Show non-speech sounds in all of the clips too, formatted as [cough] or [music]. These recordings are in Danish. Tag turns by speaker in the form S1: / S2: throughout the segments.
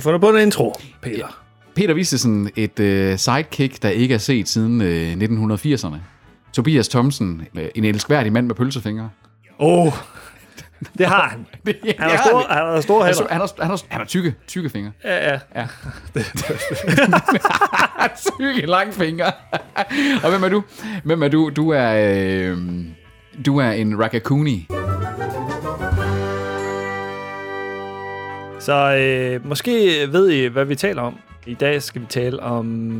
S1: fundet på en intro, Peter.
S2: Peter Vistesen, et øh, sidekick, der ikke er set siden øh, 1980'erne. Tobias Thomsen, øh, en elskværdig mand med pølsefingre.
S1: Åh, oh, [laughs] det har han. Han har store, han har store
S2: Han, så-
S1: hænder.
S2: han, har, han, har, han har tykke, tykke fingre.
S1: Ja, ja.
S2: [laughs] tykke, lange fingre. [laughs] Og hvem er du? Hvem er du? Du er, øh, du er en Rakakuni.
S1: Så øh, måske ved I, hvad vi taler om. I dag skal vi tale om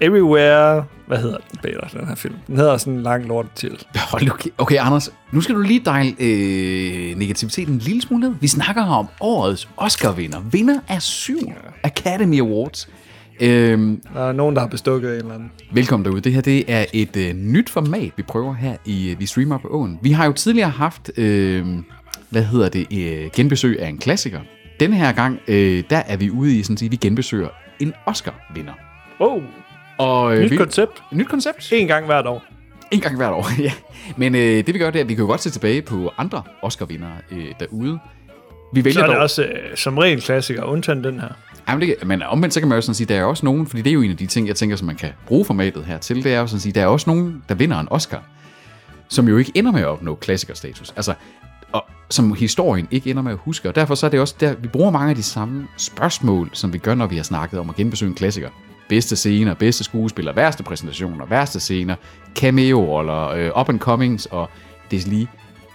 S1: Everywhere... Hvad hedder den, Peter, den her film? Den hedder sådan en lang lort til.
S2: Hold nu kæ- Okay, Anders, nu skal du lige dejle øh, negativiteten en lille smule ned. Vi snakker her om årets Oscar-vinder. Vinder af syv Academy Awards. Øhm,
S1: Der er nogen, der har bestukket en eller anden.
S2: velkommen derude. Det her det er et øh, nyt format, vi prøver her i øh, Vi Streamer på Åen. Vi har jo tidligere haft, øh, hvad hedder det, øh, genbesøg af en klassiker. Denne her gang, øh, der er vi ude i, sådan at sige, vi genbesøger en Oscar-vinder.
S1: Wow,
S2: Og, øh,
S1: nyt
S2: vi-
S1: koncept.
S2: Nyt koncept.
S1: En gang hvert år.
S2: En gang hvert år, [laughs] ja. Men øh, det vi gør, det er, at vi kan jo godt se tilbage på andre Oscar-vindere øh, derude. Vi
S1: Så
S2: vælger
S1: er det
S2: dog...
S1: også øh, som ren klassiker, undtagen den her.
S2: Jamen, det, kan- men omvendt så kan man jo sådan sige, der er også nogen, fordi det er jo en af de ting, jeg tænker, som man kan bruge formatet her til, det er jo sådan at sige, der er også nogen, der vinder en Oscar, som jo ikke ender med at opnå klassikerstatus. Altså, og som historien ikke ender med at huske. Og derfor så er det også der, vi bruger mange af de samme spørgsmål, som vi gør, når vi har snakket om at genbesøge en klassiker. Bedste scener, bedste skuespiller, værste præsentationer, værste scener, cameo-roller, øh, up-and-comings og det lige.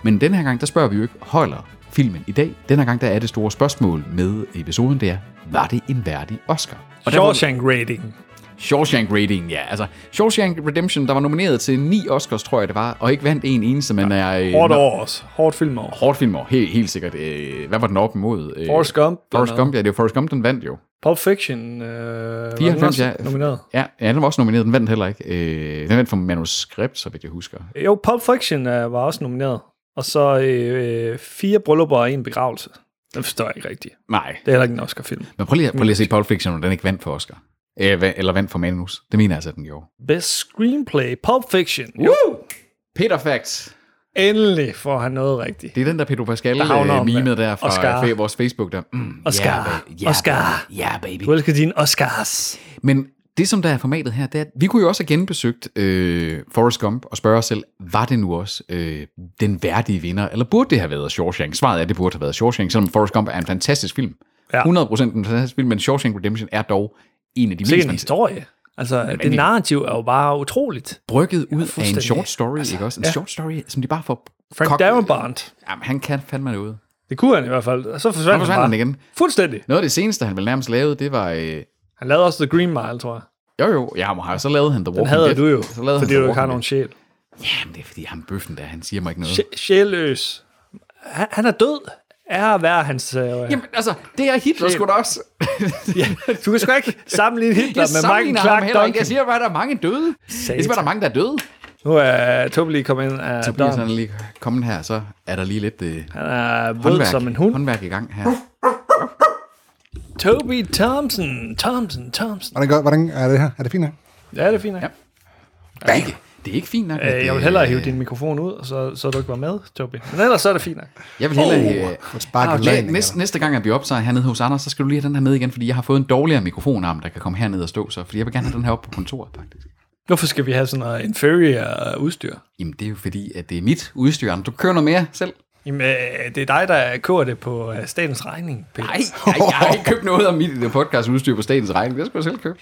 S2: Men den her gang, der spørger vi jo ikke, holder filmen i dag? Den her gang, der er det store spørgsmål med episoden, det er, var det en værdig Oscar? Og derfor-
S1: Shawshank rating.
S2: Shawshank Rating, ja. Altså, Shawshank Redemption, der var nomineret til ni Oscars, tror jeg det var, og ikke vandt en eneste, men er... Øh,
S1: Hårdt
S2: nå-
S1: år også. Hårdt filmår.
S2: Hårdt filmår, helt, helt sikkert. Øh, hvad var den op imod? Øh,
S1: Forrest Gump.
S2: Forrest Gump, ja, det var Forrest Gump, den vandt jo.
S1: Pulp Fiction. Øh,
S2: 94,
S1: 94,
S2: ja.
S1: ja. Nomineret.
S2: Ja, ja, den var også nomineret, den vandt heller ikke. Øh, den vandt for manuskript, så vidt jeg husker.
S1: Jo, Pulp Fiction øh, var også nomineret. Og så øh, øh, fire bryllupper og en begravelse. Det forstår jeg ikke rigtigt.
S2: Nej,
S1: Det er heller ikke en Oscar-film.
S2: men prøv lige, prøv lige at se Pulp Fiction, om den ikke vandt for Oscar. Øh, hvad- eller vandt for manus. Det mener jeg altså, at den gjorde.
S1: Best Screenplay, Pulp Fiction. Jo,
S2: Woo! Peter Facts.
S1: endelig får han noget rigtigt.
S2: Det er den der Pedro Pascal
S1: Der havner om,
S2: øh, mimet der fra
S1: Oscar.
S2: fa- vores Facebook der. Mm,
S1: Oscar.
S2: Yeah, ba- yeah,
S1: Oscar.
S2: Baby. Yeah, baby.
S1: Du elsker dine Oscars.
S2: Men det, som der er formatet her, det er, at vi kunne jo også have genbesøgt øh, Forrest Gump og spørge os selv, var det nu også øh, den værdige vinder, eller burde det have været Shawshank? Svaret er, at det burde have været Shawshank, selvom Forrest Gump er en fantastisk film.
S1: Ja.
S2: Ja. 100% en fantastisk film, men Shawshank Redemption er dog en af de
S1: Sikke
S2: mest
S1: en historie. Altså, det narrativ er jo bare utroligt.
S2: brygget ud af en
S1: fuldstændig.
S2: short story, altså, ikke også? En
S1: ja.
S2: ja. short story, som de bare får...
S1: Frank
S2: kogt-
S1: Darabont.
S2: Jamen, han kan fandme noget.
S1: Det kunne han i hvert fald. Og så forsvandt,
S2: Så forsvandt han
S1: bare.
S2: igen.
S1: Fuldstændig.
S2: Noget af det seneste, han vel nærmest lavede, det var... Øh,
S1: Han lavede også The Green Mile, tror jeg.
S2: jo jo, ja, men har- så lavede han The Walking
S1: Den havde
S2: Dead.
S1: du jo,
S2: så lavede
S1: fordi
S2: han The
S1: du ikke har
S2: Walking
S1: nogen sjæl.
S2: Dead. Jamen, det er fordi ham bøffen der, han siger mig ikke noget.
S1: Sj- Sjælløs. Han, han er død. Er at være hans... Øh,
S2: Jamen, altså, det er Hitler sgu da også.
S1: ja. Du kan sgu ikke sammenligne Hitler
S2: Jeg
S1: med Michael
S2: sammenligner ham
S1: Clark
S2: heller ikke.
S1: Duncan.
S2: Jeg siger bare, at der er mange døde. Jeg siger bare, at der er mange, der er døde.
S1: Nu er Tobi lige kommet ind af
S2: Så bliver
S1: døren.
S2: sådan lige kommet her, så er der lige lidt øh,
S1: Han er våd
S2: håndværk,
S1: som en hund.
S2: håndværk i gang her.
S1: Toby Thompson. Thompson, Thompson.
S3: Hvordan, gør, hvordan er det her? Er det fint her?
S1: Ja, det er fint. Ja.
S2: Ja. Det er ikke, det er ikke fint nok. at
S1: Øh, jeg vil
S2: det-
S1: hellere hive din mikrofon ud, og så, så du ikke var med, Tobi. Men ellers så er det fint. nok.
S2: Jeg vil hellere... øh,
S3: Få et spark i
S2: Næ-
S3: lægen,
S2: næste, næste gang, at vi optager hernede hos Anders, så skal du lige have den her med igen, fordi jeg har fået en dårligere mikrofonarm, der kan komme herned og stå, så, fordi jeg vil gerne have den her op på kontoret, faktisk.
S1: Hvorfor skal vi have sådan noget inferior udstyr?
S2: Jamen, det er jo fordi, at det er mit udstyr, Anders. Du kører noget mere selv.
S1: Jamen, øh, det er dig, der kører det på øh, statens regning, Peter.
S2: Nej, jeg har ikke købt noget af mit øh, podcastudstyr på statens regning. Det skulle jeg selv købe.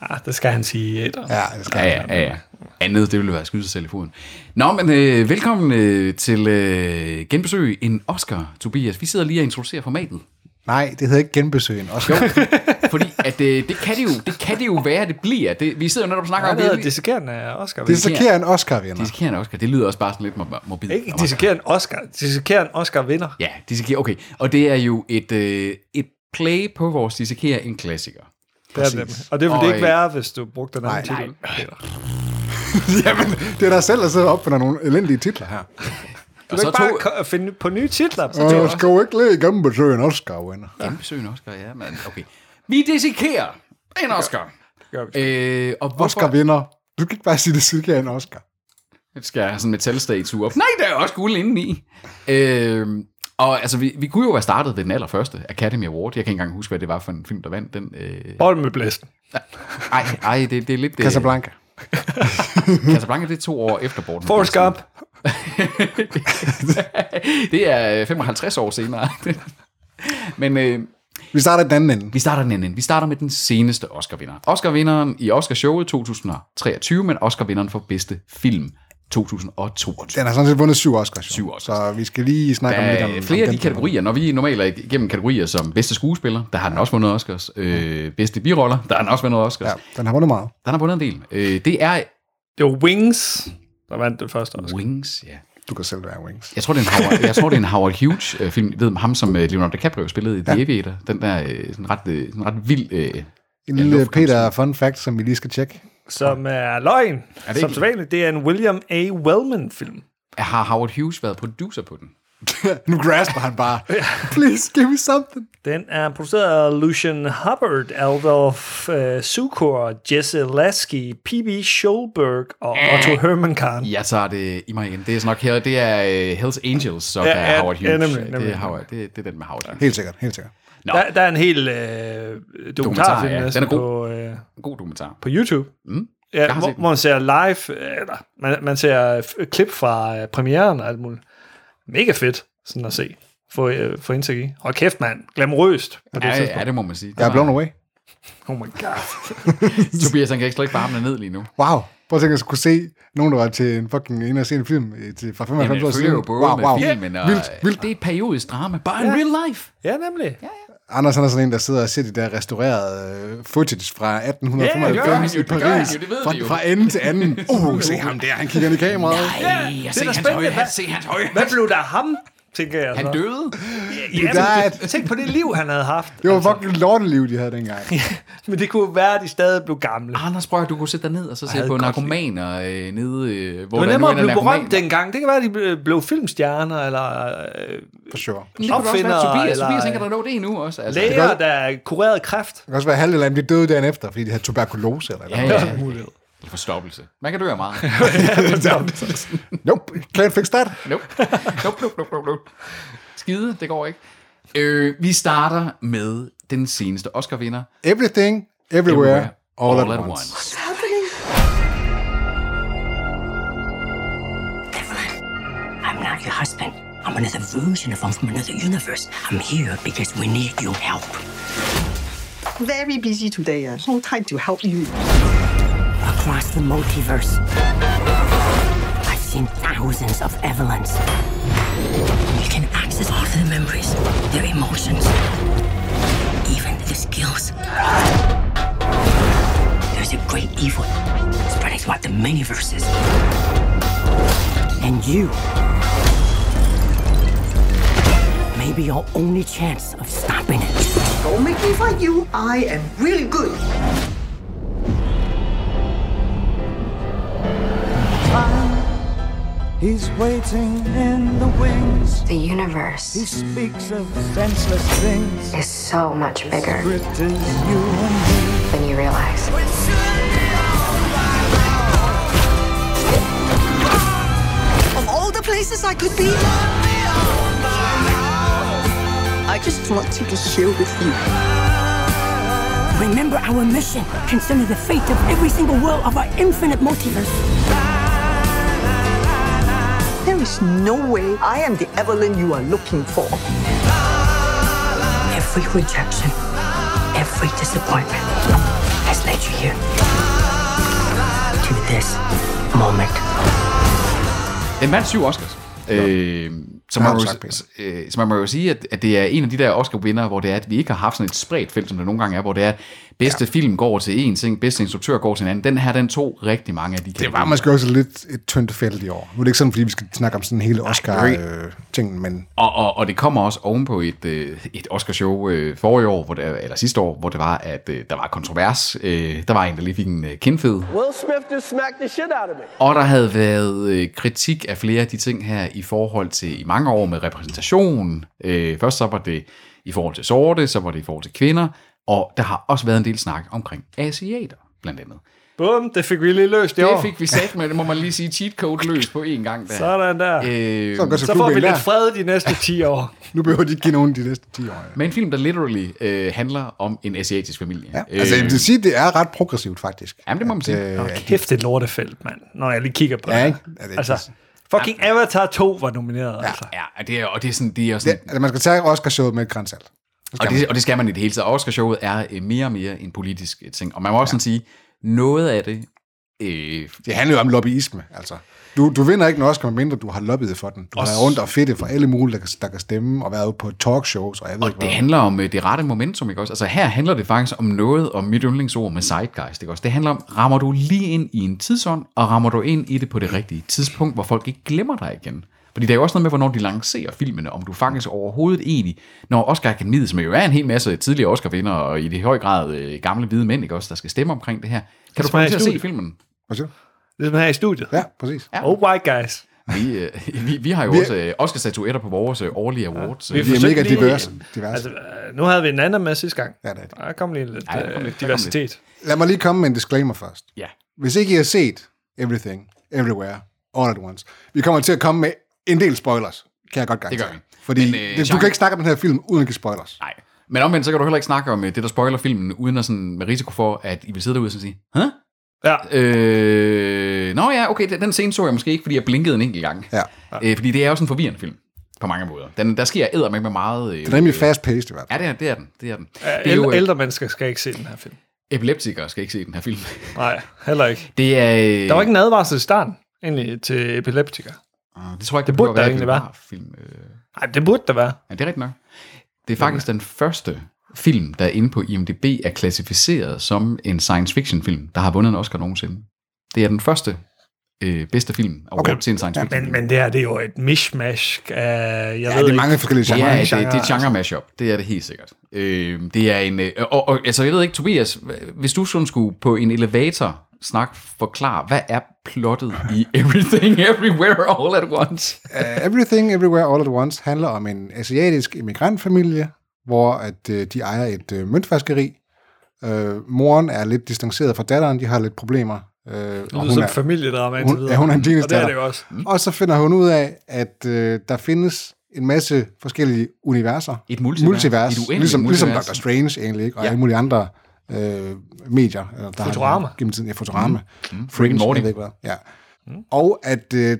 S1: Ah, det skal han sige. Et. Ja.
S3: Ja, det skal
S2: Ja, ja, ja, ja. Andet, det ville være at skyde sig selv i foden. Nå, men øh, velkommen øh, til øh, genbesøg en Oscar, Tobias. Vi sidder lige og introducerer formatet.
S3: Nej, det hedder ikke genbesøg en Oscar.
S2: [laughs] Fordi at, øh, det, kan det, jo, det kan det jo være, at det bliver. Det, vi sidder jo netop og snakker
S1: Nej,
S2: om
S1: det hedder
S2: det.
S1: dissekerende af Oscar.
S3: Det
S1: Det
S3: dissekerer en Oscar, venner.
S2: Dissekerende Oscar, det lyder også bare sådan lidt mor- morbid.
S1: ikke dissekerende Oscar. Dissekerende Oscar vinder.
S2: Ja, dissekerer, okay. Og det er jo et, øh, et play på vores dissekerer en klassiker.
S1: Det er dem. Og det ville det
S2: Og,
S1: ikke
S2: øh,
S1: være, hvis du brugte den anden
S3: nej,
S1: titel. Peter.
S3: Jamen, det er dig selv, der sidder og opfinder nogle elendige titler
S2: [laughs]
S3: her.
S1: Du
S2: Og
S1: kan
S2: så
S1: ikke bare
S2: tog-
S1: ko- finde på nye titler. Så
S3: Og
S1: tog
S3: skal jo ikke lige genbesøge en Oscar, venner.
S2: Genbesøg en Oscar, ja, men okay. Vi dissekerer en Oscar.
S1: gør vi.
S2: Øh, og hvorfor...
S3: Oscar vinder. Du kan ikke bare sige, det dissekerer en Oscar.
S2: Det skal jeg have sådan en metalstatue op. Nej, der er også guld indeni. Øh, Og altså, vi, vi kunne jo have startet ved den allerførste Academy Award. Jeg kan ikke engang huske, hvad det var for en film, der vandt den. Øh,
S1: Bolden med blæsten.
S2: ej, ej, det, det er lidt... øh,
S3: Casablanca.
S2: Casablanca, det er to år efter Borten.
S1: Forrest Gump.
S2: [laughs] det er øh, 55 år senere. Men øh,
S3: Vi starter i den anden ende.
S2: vi starter den anden. ende. Vi starter med den seneste Oscar-vinder. Oscar-vinderen i Oscarshowet 2023, men Oscar-vinderen for bedste film 2022.
S3: Den har sådan set vundet syv Oscars. jo.
S2: Syv Oscars.
S3: Så vi skal lige snakke
S2: Der
S3: om lidt om
S2: er flere af
S3: om
S2: de
S3: den.
S2: kategorier, når vi normalt er igennem kategorier som bedste skuespiller, der har den også vundet Oscars. Øh, bedste biroller, der har den også vundet Oscars.
S3: Ja,
S2: Ja.
S3: den har vundet meget.
S2: Den har vundet en del. Øh, det er
S1: Det var Wings, der vandt den første Oscar.
S2: Wings, ja.
S3: Du kan selv være Wings.
S2: Jeg tror, det er en Howard, jeg tror, det er en Howard Hughes øh, film. Ved ham, som øh, Leonardo DiCaprio spillede i The Aviator. Den der øh, sådan ret, øh, sådan ret vild... Øh,
S3: En
S2: ja,
S3: lille
S2: luftkampscene.
S3: Peter fun fact, som vi lige skal tjekke.
S1: Som er løgn. Er
S2: ikke-
S1: det som så vanligt, det er en William A. Wellman-film.
S2: Har Howard Hughes været producer på den?
S3: nu grasper han
S2: [laughs]
S3: bare. Please, give me something.
S1: Den er produceret af Lucian Hubbard, Adolf uh, Sukor, Jesse Lasky, P.B. Scholberg og Otto Hermann
S2: Jeg tager det i mig igen. Det er sådan nok her. Det er øh, Hells Angels, så ja, der er
S1: ja,
S2: Howard Hughes.
S1: ja, nemlig,
S2: Det,
S1: nemlig.
S2: er Howard, det, det er den med Howard Hughes.
S3: Helt sikkert, helt sikkert.
S2: Nå,
S1: Der, der er en hel øh, dokumentarfilm
S2: ja.
S1: ja.
S2: Den er god.
S1: på, øh,
S2: en god dokumentar.
S1: på YouTube.
S2: Mm. Jeg
S1: Ja, hvor,
S2: har set den.
S1: hvor man ser live, øh, eller man, man ser øh, f- klip fra øh, premieren og alt muligt. Mega fedt sådan at se. Få, øh, få indsigt i. Hold kæft, mand. Glamorøst på det
S2: Ja,
S1: tidspunkt.
S2: ja, det må man sige.
S3: Jeg er blown away.
S1: Oh my god.
S2: Tobias, han kan ikke slå ikke bare armene ned lige nu.
S3: Wow. Prøv at tænke, at jeg skulle se nogen, der var til en fucking en og se en film i- til, fra 95
S2: Jamen,
S3: år
S2: jeg
S3: siden.
S2: følger jo både wow, med wow. filmen, og øh,
S3: vildt, vildt.
S2: det er et periodisk drama. Bare in real life.
S1: Ja, nemlig. Ja,
S3: Anders han er sådan en, der sidder og ser de der restaurerede øh, footage fra
S1: Ja, det gør han
S3: 1895
S2: jo,
S3: i
S2: det gør han
S3: Paris.
S2: jo, det ved
S3: fra,
S2: vi jo.
S3: fra ende til
S2: [laughs]
S3: anden. Uh, se ham der, han kigger ind i kameraet.
S2: Ej, jeg
S1: da
S2: se hans
S1: spændende,
S2: høje.
S1: hvad-
S2: Se hans høje.
S1: Hvad blev der af ham, tænker jeg
S2: Han
S1: så.
S2: døde.
S1: Ja,
S3: That.
S1: men, tænk på det liv, han havde haft.
S3: Det var fucking lorteliv, de havde dengang.
S1: Men det kunne være, at de stadig blev gamle.
S2: Anders, prøv at du kunne sætte dig ned og så se
S1: havde
S2: på
S1: godt
S2: narkomaner øh, nede, øh,
S1: Det var
S2: hvor der nu
S1: nemmere
S2: er
S1: at blive
S2: narkomaner.
S1: berømt dengang. Det kan være, at de ble- blev filmstjerner, eller øh,
S3: For sure.
S2: Men det kunne da også være,
S1: opfindere,
S2: at Tobias,
S1: eller-
S2: Tobias, han kan da nå det endnu også. Altså.
S1: læger, der kurerede kræft.
S3: Det kan også være, at halvdelen af dem de døde dagen efter, fordi de havde tuberkulose eller
S2: Ja,
S3: noget.
S2: ja.
S1: [laughs] Mulighed.
S2: Eller Forstoppelse. Man kan dø af meget.
S1: [laughs]
S3: Nope, can't fix that.
S2: Nope. Nope, nope, nope, nope, nope. Skide, det går ikke. Øh, vi starter med den seneste Oscar-vinder.
S3: Everything, everywhere, all, at, once.
S4: Devlin, I'm not your husband. I'm another version of him from another universe. I'm here because we need your help.
S5: very busy today. Uh, no time to help you.
S4: Across the multiverse, I've seen thousands of Evelyns. You can access all their memories, their emotions, even their skills. There's a great evil spreading throughout the many verses. And you may be your only chance of stopping it.
S5: Don't make me fight you. I am really good.
S6: Ah. He's waiting in the wings.
S7: The universe
S6: Speaks of senseless things.
S7: is so much bigger
S6: It is you and me.
S7: than you realize.
S5: Of all the places I could be, I just wanted to share with you.
S4: Remember our mission concerning the fate of every single world of our infinite multiverse.
S5: There is no way I am the Evelyn you are looking for.
S4: Every rejection, every disappointment has led you here to this moment.
S2: Den vandt syv Oscars. Øh, så,
S3: Har
S2: man
S3: du
S2: må,
S3: sagt,
S2: jo-
S3: Peter?
S2: øh, så man må jo sige, at, at det er en af de der Oscar-vinder, hvor det er, at vi ikke har haft sådan et spredt felt, som det nogle gange er, hvor det er, at bedste ja. film går til én ting, bedste instruktør går til en anden. Den her, den tog rigtig mange af de
S3: Det var måske også lidt et tyndt felt i år. Nu er det ikke sådan, fordi vi skal snakke om sådan hele Oscar-tingen, øh, men
S2: Og, og, og det kommer også ovenpå et, øh, et Oscarshow øh, forrige år, hvor det, eller sidste år, hvor det var, at øh, der var kontrovers. Øh, der var en, der lige fik en øh, kindfed.
S8: Will Smith just smacked the shit out of me.
S2: Og der havde været øh, kritik af flere af de ting her i forhold til i mange år med repræsentation. Øh, først så var det i forhold til sorte, så var det i forhold til kvinder, og der har også været en del snak omkring asiater, blandt andet.
S1: Bum, det fik vi lige løst i år.
S2: Det fik vi sat med, det må man lige sige, cheat code løs på én gang. Der.
S1: Sådan der.
S2: Øh,
S3: Øhm, Så, går
S1: Så
S3: til
S1: får vi
S3: flueben
S1: lidt
S3: der.
S1: fred de næste 10 år.
S3: Nu behøver de ikke give nogen de næste 10 år. Ja.
S2: med en film, der literally øh, handler om en asiatisk familie. Øh,
S3: Ja. Altså, jeg vil sige, det er ret progressivt, faktisk.
S2: Jamen, det må man sige.
S3: Øh,
S1: Nå, kæft, det er lortefelt, mand. Når jeg lige kigger på
S3: Ja,
S1: det.
S3: ikke? Ja, det er
S1: altså, fucking Avatar 2 var nomineret, ja. altså.
S2: Ja, og det er, og det er sådan, det er også
S3: det,
S2: sådan,
S3: altså, man skal tage Oscar-showet med et grænsalt.
S2: og, det, og det skal man i det hele taget. Oscarshowet er øh, mere og mere en politisk øh, ting. Og man må også sådan sige, noget af det, øh,
S3: Det handler jo om lobbyisme, altså. Du, du vinder ikke en Oscar, medmindre du har lobbyet for den. Du har været rundt og fedtet for alle mulige, der kan, der kan stemme, og været ude på talkshows, og jeg ved ikke
S2: det
S3: hvad.
S2: handler om øh, det rette momentum, ikke også? Altså her handler det faktisk om noget om mit yndlingsord med zeitgeist, ikke også? Det handler om, rammer du lige ind i en tidsånd, og rammer du ind i det på det rigtige tidspunkt, hvor folk ikke glemmer dig igen. Fordi der er jo også noget med, hvornår de lancerer filmene, om du faktisk overhovedet egentlig, når Oscar Akademiet, som jo er en hel masse tidligere Oscar-vinder, og i det høj grad øh, gamle hvide mænd, ikke også, der skal stemme omkring det her, kan du få
S1: smager
S2: dem til at se
S1: studie.
S2: filmen?
S3: Handler...
S1: Ligesom her i studiet.
S3: Ja, præcis.
S2: Ja.
S1: Oh, white guys.
S2: Vi, øh, [laughs] vi, vi har jo også øh, Oscar-statuetter på vores øh, årlige awards.
S1: Vi
S2: øh.
S3: De er
S1: forsøgte
S3: mega
S1: lige-
S3: diverse. diverse.
S1: Altså, øh, nu havde vi en anden med sidste gang.
S3: Ja, det er det.
S1: Der kom lige lidt
S2: Ja, der kom
S1: øh,
S2: lidt. Der kom lidt.
S1: diversitet.
S3: Lad mig lige komme med en disclaimer først.
S2: Ja.
S3: Hvis ikke I har set Everything, Everywhere, All at Once, vi kommer til at komme med en del spoilers, kan jeg godt garantere.
S2: Det gør vi.
S3: Fordi
S2: Men,
S3: Men,
S2: øh,
S3: øh, det, du
S2: genre-
S3: kan ikke snakke om den her film uden at give spoilers.
S2: Nej. Men omvendt, så kan du heller ikke snakke om øh, det, der spoiler filmen, uden at sådan, med risiko for, at I vil sidde derude og sådan sige, Hæ?
S1: Ja,
S2: Øh, nå ja, okay, den- den scene så jeg måske ikke, fordi jeg blinkede en enkelt gang.
S3: Ja.
S2: Øh, fordi det er jo sådan en forvirrende film, på mange måder. Den, der sker æder med meget... Øh,
S3: Det er rimelig fast-paced i hvert fald.
S2: Ja, det er, det er den. Det er, den. det er
S1: ældre,
S2: jo, øh,
S1: ældre mennesker skal ikke se den her film.
S2: epileptikere skal ikke se den her film. [laughs]
S1: Nej, heller ikke.
S2: Det er...
S1: Der var ikke en advarsel i starten, egentlig, til epileptikere.
S2: Det tror øh, jeg ikke, det
S1: burde
S2: behøver at
S1: der
S2: være
S1: egentlig være.
S2: biograffilm, Øh,
S1: Nej, det burde der være.
S2: Ja, det er rigtigt nok. Det er faktisk den første film, der er inde på IMDb, er klassificeret som en science fiction film, der har vundet en Oscar nogensinde. Det er den første øh, bedste film overhovedet okay. til en science fiction
S1: Men, men det her, det er jo et mishmash af, jeg
S3: Ja,
S1: ved
S3: det er
S1: ikke,
S3: mange forskellige
S2: Ja,
S3: genrer.
S2: det,
S3: ikke?
S2: det er et genre mashup. Det er det helt sikkert. Øh, det er en... Øh, og, og, altså, jeg ved ikke, Tobias, hva- hvis du sådan skulle på en elevator snak forklare, hvad er plottet i [laughs] Everything Everywhere All at Once?
S3: Uh, Everything Everywhere All at Once handler om en asiatisk immigrantfamilie, hvor at øh, de ejer et øh, møntvaskeri. Øh, moren er lidt distanceret fra datteren, de har lidt problemer. Øh,
S1: det
S3: og
S1: lyder
S3: hun
S1: som
S3: er,
S1: er, familiedrama indtil
S3: hun,
S1: videre.
S3: ja, hun er en teenage
S1: Og det er det jo også. Mm.
S3: Og så finder hun ud af, at øh, der findes en masse forskellige universer.
S2: Et multivers.
S3: multivers
S2: Et uendeligt
S3: ligesom,
S2: multivers.
S3: Ligesom Dr. Strange egentlig, ikke? og
S2: Ja.
S3: ja. alle mulige andre øh, medier. øh, Der har
S1: Futurama.
S3: Gennem tiden, ja, Futurama. Mm. Mm.
S2: Rick and Morty.
S3: Ja. Mm. Og at øh,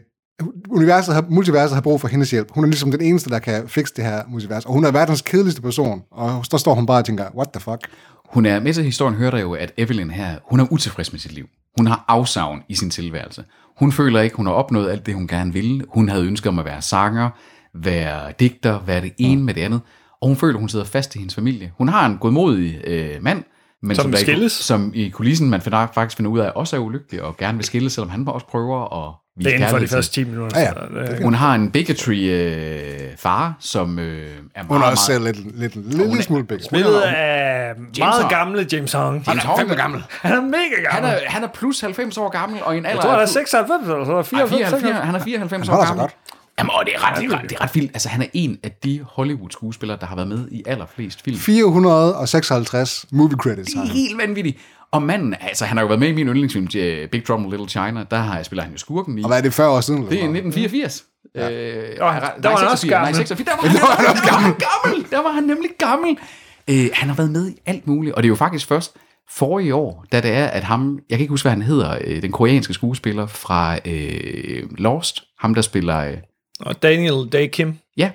S3: universet har, multiverset har brug for hendes hjælp. Hun er ligesom den eneste, der kan fikse det her multivers. Og hun er verdens kedeligste person. Og så står hun bare og tænker, what the fuck?
S2: Hun er, med til historien hører der jo, at Evelyn her, hun er utilfreds med sit liv. Hun har afsavn i sin tilværelse. Hun føler ikke, hun har opnået alt det, hun gerne ville. Hun havde ønsket om at være sanger, være digter, være det ene med det andet. Og hun føler, hun sidder fast i hendes familie. Hun har en godmodig øh, mand, men
S1: Som
S2: der i-
S1: skilles.
S2: som i kulissen, man finder, faktisk finder ud af, også er ulykkelig og gerne vil skilles, selvom han også prøver at
S1: Det
S2: vise
S1: er inden for de
S2: kærlighed
S1: første
S2: til.
S1: 10 minutter.
S3: Ja, ja.
S1: så det er-
S2: Hun har en bigotry øh, far, som øh, er meget,
S3: Hun er også
S2: meget,
S3: selv lidt, lidt, lidt, lille smule big.
S1: Billedet af meget
S2: Hong.
S1: gamle James Hong.
S2: Han er fandme
S3: gammel.
S1: [laughs] Han er mega
S2: Han
S1: gammel.
S2: er, han er plus 90 år gammel, og i en alder
S1: Jeg tror,
S2: af
S1: han er
S2: plus-
S1: 96 eller sådan noget,
S2: Ej, 94,
S1: 94.
S2: han er 94
S3: Han
S2: år
S3: holder sig
S2: gammel.
S3: godt.
S2: Jamen, og det er ret, det er ret, det er ret vildt. Altså, han er en af de Hollywood-skuespillere, der har været med i allerflest film.
S3: 456 movie credits har
S2: Det er
S3: han.
S2: helt vanvittigt. Og manden, altså, han har jo været med i min yndlingsfilm, øh, Big Trouble in Little China. Der har jeg spiller han jo skurken i.
S3: Og hvad er det, 40 år siden? eller
S2: Det er
S3: sådan noget?
S2: 1984. Øh, og han,
S1: der var han også
S2: Nej,
S1: gammel.
S2: 86, [laughs] der var han, der var han, der var han gammel. Der var han nemlig gammel. Øh, han har været med i alt muligt, og det er jo faktisk først forrige år, da det er, at ham, jeg kan ikke huske, hvad han hedder, øh, den koreanske skuespiller fra øh, Lost, ham der spiller, øh,
S1: Og Daniel Day Kim.
S2: ja,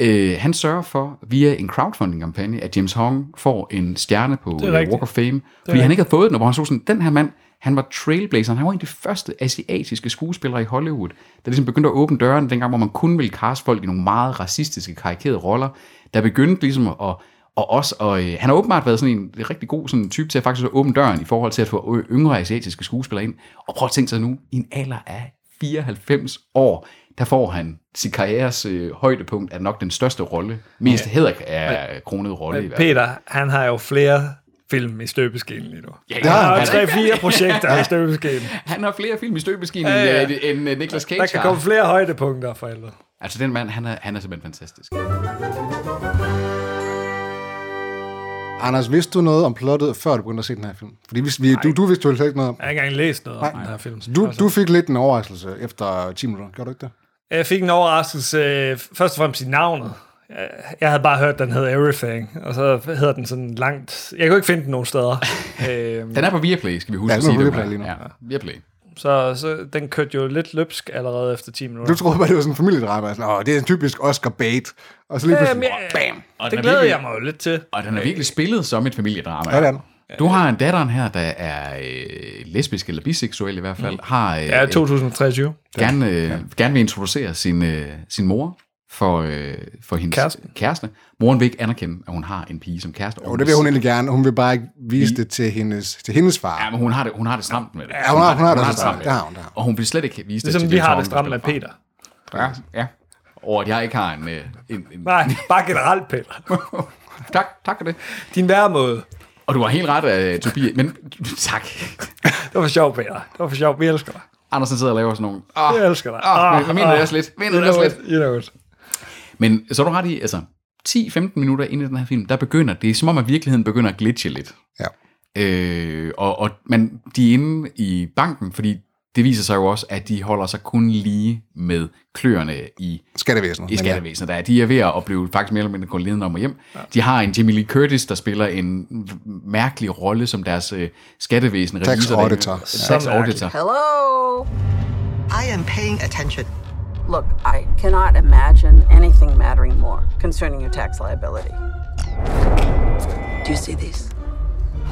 S2: øh, han sørger for, via en crowdfunding-kampagne, at James Hong får en stjerne på øh,
S1: rigtigt.
S2: Walk of Fame, fordi han ikke havde fået den, og hvor han så sådan, den her mand, han var trailblazer, han var en af de første asiatiske skuespillere i Hollywood, der ligesom begyndte at åbne døren, dengang hvor man kun ville kaste folk i nogle meget racistiske, karikerede roller, der begyndte ligesom at og også, og øh, han har åbenbart været sådan en rigtig god sådan, type til at faktisk at åbne døren i forhold til at få ø- yngre asiatiske skuespillere ind. Og prøv at tænke sig nu, i en alder af 94 år, der får han sit karrieres øh, højdepunkt er nok den største rolle. Mest ja. hæder er kronet rolle i hvert fald.
S1: Peter, han har jo flere film i støbeskeen lige nu.
S2: Ja,
S1: Han
S2: han
S1: har
S2: er-
S1: jo tre-fire projekter i støbeskeen.
S2: Han har flere film i støbeskinen
S1: Ja, ja.
S2: ja, ja. end øh, Nicolas Cage
S1: Der kan
S2: har.
S1: komme flere højdepunkter for alle.
S2: Altså den mand, han er, han er simpelthen fantastisk.
S3: Anders, vidste du noget om plottet, før du begyndte at se den her film? Fordi vi, vi, du, du vidste jo heller ikke noget om.
S1: Jeg har ikke engang læst noget om
S3: Nej.
S1: den her film. Altså,
S3: Du, du fik lidt en overraskelse efter 10 minutter, gjorde du ikke det?
S1: Jeg fik en overraskelse, øh, først og fremmest i navnet. Jeg- Jeg havde bare hørt, at den hed Everything, og så hedder den sådan langt... Jeg kunne ikke finde den nogen steder. øhm,
S2: Den er på Viaplay, skal vi huske
S3: Ja,
S2: at
S3: den er
S2: sige.
S3: på
S2: det,
S3: Viaplay lige nu.
S2: Ja, Viaplay.
S1: så, så den kørte jo lidt løbsk allerede efter 10 minutter.
S3: Du troede bare, det var sådan en familiedrama. Sådan, Åh, det er en typisk Oscar bait. Og så lige
S1: Jamen,
S3: pludselig,
S1: Øh, jeg-
S3: bam!
S2: Og den
S1: Øhm, det
S2: er
S1: glæder
S2: virkelig-
S1: jeg mig jo lidt til.
S2: Og den er virkelig spillet som et familiedrama.
S3: Ja, det er den.
S2: Du har en datteren her, der er øh, lesbisk eller biseksuel i hvert fald, har øh,
S1: Ja, 2023.
S2: øh, gerne, øh, gerne vil introducere sin, øh, sin mor for, øh, for hendes
S1: Kæresten.
S2: kæreste. Moren vil ikke anerkende, at hun har en pige som kæreste.
S3: Jo, det vil hun egentlig gerne. Hun vil bare ikke vise det til hendes, til hendes far.
S2: Ja, men hun har det, hun har det stramt med det.
S3: Ja, hun har, hun har det også.
S2: stramt med
S3: Det har hun, det har hun.
S2: Og hun vil slet ikke vise det
S1: Ligesom
S2: til
S1: vi
S2: dem,
S1: har
S2: som
S1: det stramt
S2: hun
S1: med
S2: spiller
S1: Peter.
S2: fra. Ja, ja. Og at jeg ikke har en... øh, en, en...
S1: Nej, bare generelt Peter.
S2: tak, tak for det.
S1: Din væremåde.
S2: Og du har helt ret, uh, Tobias. Men [laughs] tak.
S1: Det var for sjovt, Peter. Det var for sjovt. Vi elsker dig.
S2: Andersen sidder og laver sådan nogle... Ah,
S1: Jeg elsker dig.
S2: Ah, men- men mener det også lidt. Mener det også lidt.
S1: You know it.
S2: Men så du har de, altså 10-15 minutter ind i den her film, der begynder, det er som om, at virkeligheden begynder at glitche lidt.
S3: Ja.
S2: Øh, og, og man, de er inde i banken, fordi det viser sig jo også, at de holder sig kun lige med kløerne i, i
S3: Skattevæsenet. men ja.
S2: skattevæsenet. Der er, de er ved at blive faktisk mere eller mindre gået ledende om og hjem. De har en Jamie Lee Curtis, der spiller en mærkelig rolle som deres øh, skattevæsen.
S3: Tax
S2: revisor.
S3: auditor.
S2: Tax
S1: Så
S2: auditor.
S9: Hello?
S5: I am paying attention.
S9: Look, I cannot imagine anything mattering more concerning your tax liability.
S4: Do you see these?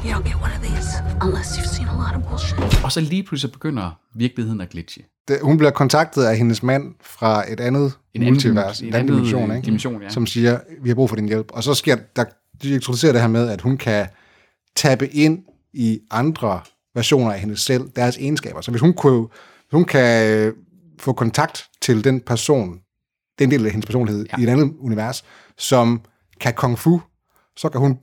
S4: You don't get one of these unless you've seen a lot of bullshit.
S2: Og så lige pludselig begynder virkeligheden at glitche.
S3: Det- Hun bliver kontaktet af hendes mand fra et andet
S2: En
S3: en
S2: anden-
S3: multivers,
S2: en
S3: en anden
S2: anden
S3: dimension, ikke?
S2: dimension, ja.
S3: som siger, vi har brug for din hjælp. Og så sker der, de introducerer det her med, at hun kan tappe ind i andre versioner af hende selv, deres egenskaber. Så hvis hun, kunne, hvis hun kan øh, få kontakt til den person, den del af hendes personlighed ja. i et andet univers, som kan kung fu, så kan hun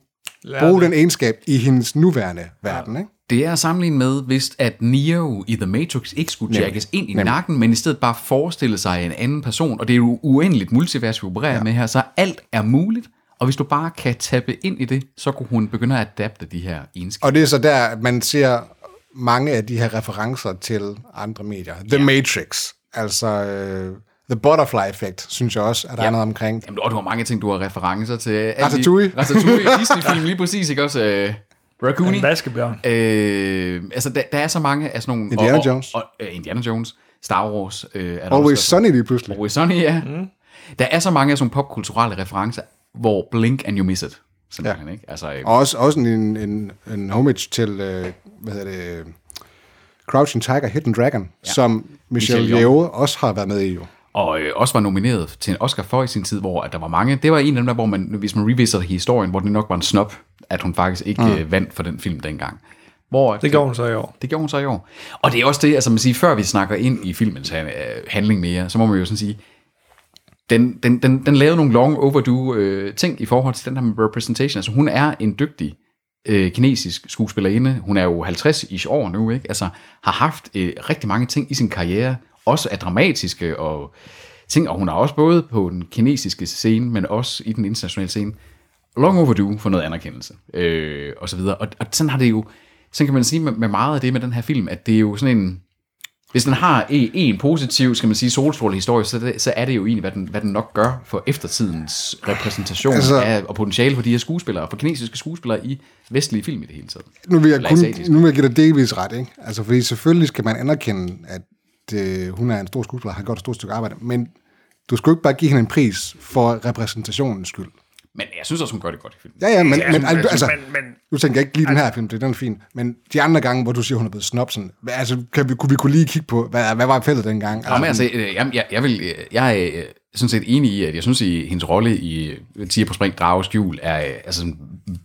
S3: bruge den egenskab i hendes nuværende verden. Ikke?
S2: Det er sammenlignet med, hvis at Neo i The Matrix ikke skulle jackes ind i nakken, men i stedet bare forestille sig en anden person, og det er jo uendeligt multivers, vi opererer ja. med her, så alt er muligt, og hvis du bare kan tappe ind i det, så kunne hun begynde at adapte de her egenskaber.
S3: Og det er så der, at man ser mange af de her referencer til andre medier. The yeah. Matrix, altså øh, The Butterfly Effect, synes jeg også, at der yeah. er noget omkring.
S2: Jamen, og du har mange ting, du har referencer til. Alle de-
S3: Ratatouille.
S2: Ratatouille,
S3: [laughs]
S2: Disney-film, lige præcis, ikke også? Øh, Raccoonie.
S1: En vaskebjørn.
S2: Øh, altså, der, der er så mange af sådan nogle...
S3: Indiana
S2: og, og,
S3: Jones.
S2: Og, øh, Indiana Jones. Star Wars. Øh, er der
S3: Always
S2: også-
S3: Sunny lige pludselig.
S2: Always Sunny, ja. Mm. Der er så mange af sådan nogle popkulturelle referencer, hvor blink and you miss it. Simpelthen, ja. ikke? Altså, øh,
S3: Og også, også en, en, en homage til, øh, hvad hedder det, øh, Crouching Tiger, Hidden Dragon, ja. som Michelle
S2: Michelle
S3: Yeoh også har været med i. Jo.
S2: og øh, også var nomineret til en Oscar for i sin tid, hvor at der var mange. Det var en af dem der, hvor man, hvis man reviser historien, hvor det nok var en snop, at hun faktisk ikke mm. øh, vandt for den film dengang. Hvor, øh,
S1: Det gjorde hun så i år.
S2: Det gjorde hun så i år. Og det er også det, altså man siger, før vi snakker ind i filmens han- øh, handling mere, så må man jo sådan sige, den, den, den, den lavede nogle long overdue øh, ting i forhold til den her med representation. Altså hun er en dygtig øh, kinesisk skuespillerinde. Hun er jo 50-ish år nu, ikke? Altså har haft øh, rigtig mange ting i sin karriere, også af dramatiske og ting, og hun er også både på den kinesiske scene, men også i den internationale scene, long overdue for noget anerkendelse, øh, og så videre. Og, og sådan har det jo, sådan kan man sige med, med meget af det med den her film, at det er jo sådan en, hvis den har en, en positiv, skal man sige, solstrålehistorie, så, er det, så er det jo egentlig, hvad den, hvad den nok gør for eftertidens repræsentation altså,
S3: Altså-
S2: af, og potentiale for de her skuespillere, for kinesiske skuespillere i vestlige film i det hele taget.
S3: Nu vil jeg,
S2: Eller
S3: kun,
S2: asiatisk.
S3: nu vil jeg give dig delvis ret, ikke? Altså, fordi selvfølgelig skal man anerkende, at øh, hun er en stor skuespiller, har gjort et stort stykke arbejde, men du skal jo ikke bare give hende en pris for repræsentationens skyld.
S2: Men jeg synes også, hun gør det godt i filmen.
S3: Ja, ja, men, ja, men,
S1: men-
S3: altså,
S1: men- men-
S3: nu tænker jeg ikke lige den her film, det er den er fin, men de andre gange, hvor du siger, hun er blevet snobsen, altså, kan vi, kunne vi kunne lige kigge på, hvad, hvad var fældet dengang?
S2: Nå, men altså, øh, jeg, jeg, jeg, vil, øh, jeg er øh, sådan set enig i, at jeg synes, at hendes rolle i øh, Tiger på spring, Drages Jul, er, øh, altså, sådan,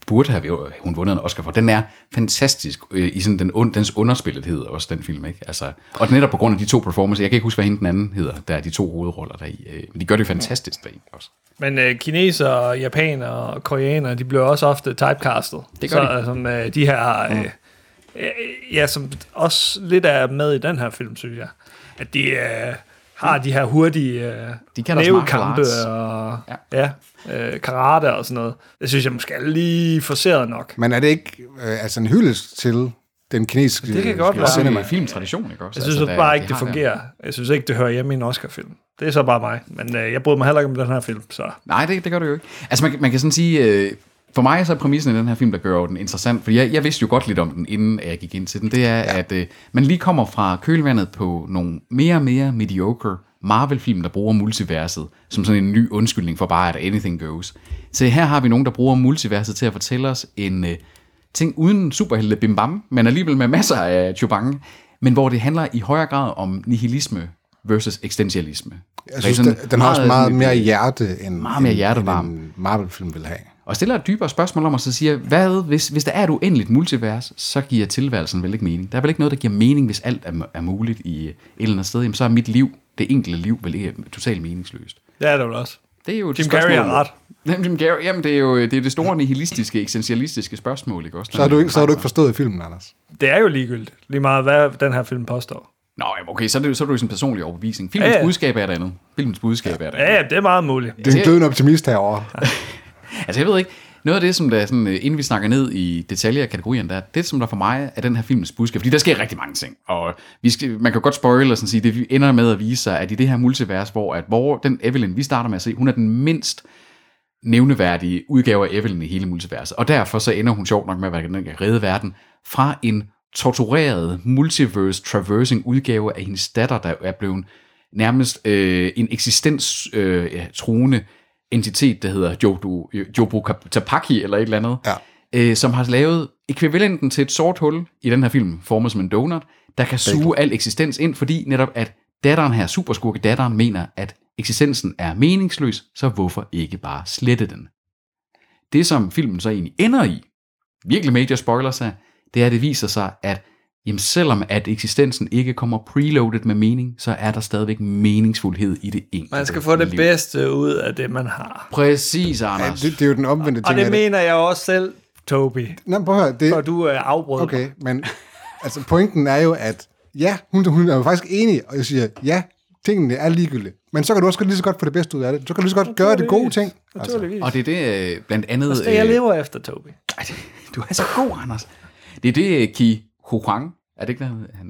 S2: burde have øh, hun vundet en Oscar for. Den er fantastisk øh, i sådan den, und, dens underspillethed, også den film. Ikke? Altså, og netop på grund af de to performances, jeg kan ikke huske, hvad hende den anden hedder, der er de to hovedroller der i. Øh, men de gør det fantastisk deri også.
S1: Men øh, kinesere, japanere og koreanere, de bliver også ofte typecastet.
S2: Det gør
S1: så,
S2: de.
S1: øh, Som
S2: Mm.
S1: øh, de her, øh, øh, ja, som også lidt er med i den her film, synes jeg. At de, øh, har de her hurtige øh,
S2: Mm. De kalder os
S1: nævekampe
S2: martial arts.
S1: og
S2: Ja.
S1: ja. Ja, øh, karate og sådan noget. Det synes jeg måske er lige forceret nok.
S3: Men er det ikke øh, altså en hyldest til den kinesiske
S1: Det kan godt
S3: øh,
S1: være.
S3: cinema?
S2: Cinema. filmtradition, ikke også?
S1: Jeg synes
S2: Altså,
S1: altså,
S2: der-
S1: bare ikke, det,
S2: har
S1: fungerer. Jeg synes ikke, det hører hjemme i en Oscar-film. Det er så bare mig. Men øh, jeg bryder mig heller ikke om den her film, så...
S2: Nej, det, det gør det jo ikke. Altså, man, kan- man kan sådan sige, øh, for mig så er præmissen i den her film, der gør den interessant, fordi jeg, jeg vidste jo godt lidt om den, inden jeg gik ind til den, det er, ja. at øh, man lige kommer fra kølvandet på nogle mere og mere mediocre Marvel-film, der bruger multiverset som sådan en ny undskyldning for bare, at anything goes. Så her har vi nogen, der bruger multiverset til at fortælle os en øh, ting uden superhelte bim bam, men alligevel med masser af chubange, men hvor det handler i højere grad om nihilisme versus eksistentialisme.
S3: Jeg synes, den, den har også meget mere hjerte, end,
S2: meget mere
S3: end-
S2: hjertevarm.
S3: end en Marvel-film vil have.
S2: og stiller et dybere spørgsmål om, og så siger, hvad, hvis, hvis der er et uendeligt multivers, så giver tilværelsen vel ikke mening. Der er vel ikke noget, der giver mening, hvis alt er, er muligt i et eller andet sted. Jamen, så er mit liv, det enkelte liv, vel ikke totalt meningsløst.
S1: Det er det vel også.
S2: Det er jo et
S1: Jim Carrey
S2: spørgsmål-
S1: har ret.
S2: Jamen, Jim Carrey, jamen, det er jo det, er det store nihilistiske, eksistentialistiske spørgsmål, ikke også?
S3: Så har du ikke, så har du ikke forstået filmen, Anders.
S1: Det er jo ligegyldigt. Lige meget, hvad den her film påstår.
S2: Nå, jamen, okay, så er, det, jo- så er det jo sådan en personlig overbevisning. Filmens
S1: Ja, ja.
S2: budskab er et andet. Filmens budskab er et andet.
S1: Ja, ja, det er meget muligt.
S3: Det er en
S2: Det-
S3: glødende optimist herovre.
S2: Altså jeg ved ikke, noget af det, som der er sådan, øh, inden vi snakker ned i detaljer og kategorierne, der, er det som der for mig er den her filmens budskab, fordi der sker rigtig mange ting, og vi skal, man kan godt spoil og sådan sige, det vi ender med at vise sig, at i det her multivers, hvor, at, hvor den Evelyn, vi starter med at se, hun er den mindst nævneværdige udgave af Evelyn i hele multiverset, og derfor så ender hun sjovt nok med at være den, der kan redde verden fra en tortureret multiverse traversing udgave af hendes datter, der er blevet nærmest øh, en eksistens øh, ja, truende entitet, der hedder Jobu, øh, Jobu Kap- Tapaki eller et eller andet,
S3: Ja.
S2: øh, som har lavet ekvivalenten til et sort hul i den her film, formet som en donut, der kan suge al eksistens ind, fordi netop at datteren her, superskurke datteren, mener, at eksistensen er meningsløs, så hvorfor ikke bare slette den? Det, som filmen så egentlig ender i, virkelig major spoiler sig, det er, at det viser sig, at jamen selvom at eksistensen ikke kommer preloaded med mening, så er der stadigvæk meningsfuldhed i det enkelte
S1: Man skal få det
S2: liv.
S1: bedste ud af det, man har.
S2: Præcis,
S3: Ja,
S2: Anders.
S3: det, det er jo den omvendte ting.
S1: Og det
S3: af det.
S1: mener jeg også selv, Toby.
S3: Nå, men prøv at høre, det,
S1: Når du øh, afbrød mig.
S3: Okay, men altså, pointen er jo, at ja, hun, hun er jo faktisk enig, og jeg siger, ja, tingene er ligegyldige. Men så kan du også godt lige så godt få det bedste ud af det. Så kan du lige så godt gøre det gode ting. Altså,
S1: Naturligvis.
S2: Og
S1: Altså,
S2: det er det øh, blandt andet...
S1: det er det, jeg
S2: øh,
S1: lever efter, Toby.
S2: Ej, det- du er så god, Anders. Det er det øh, Ki Huang. Er det ikke det, han hedder? han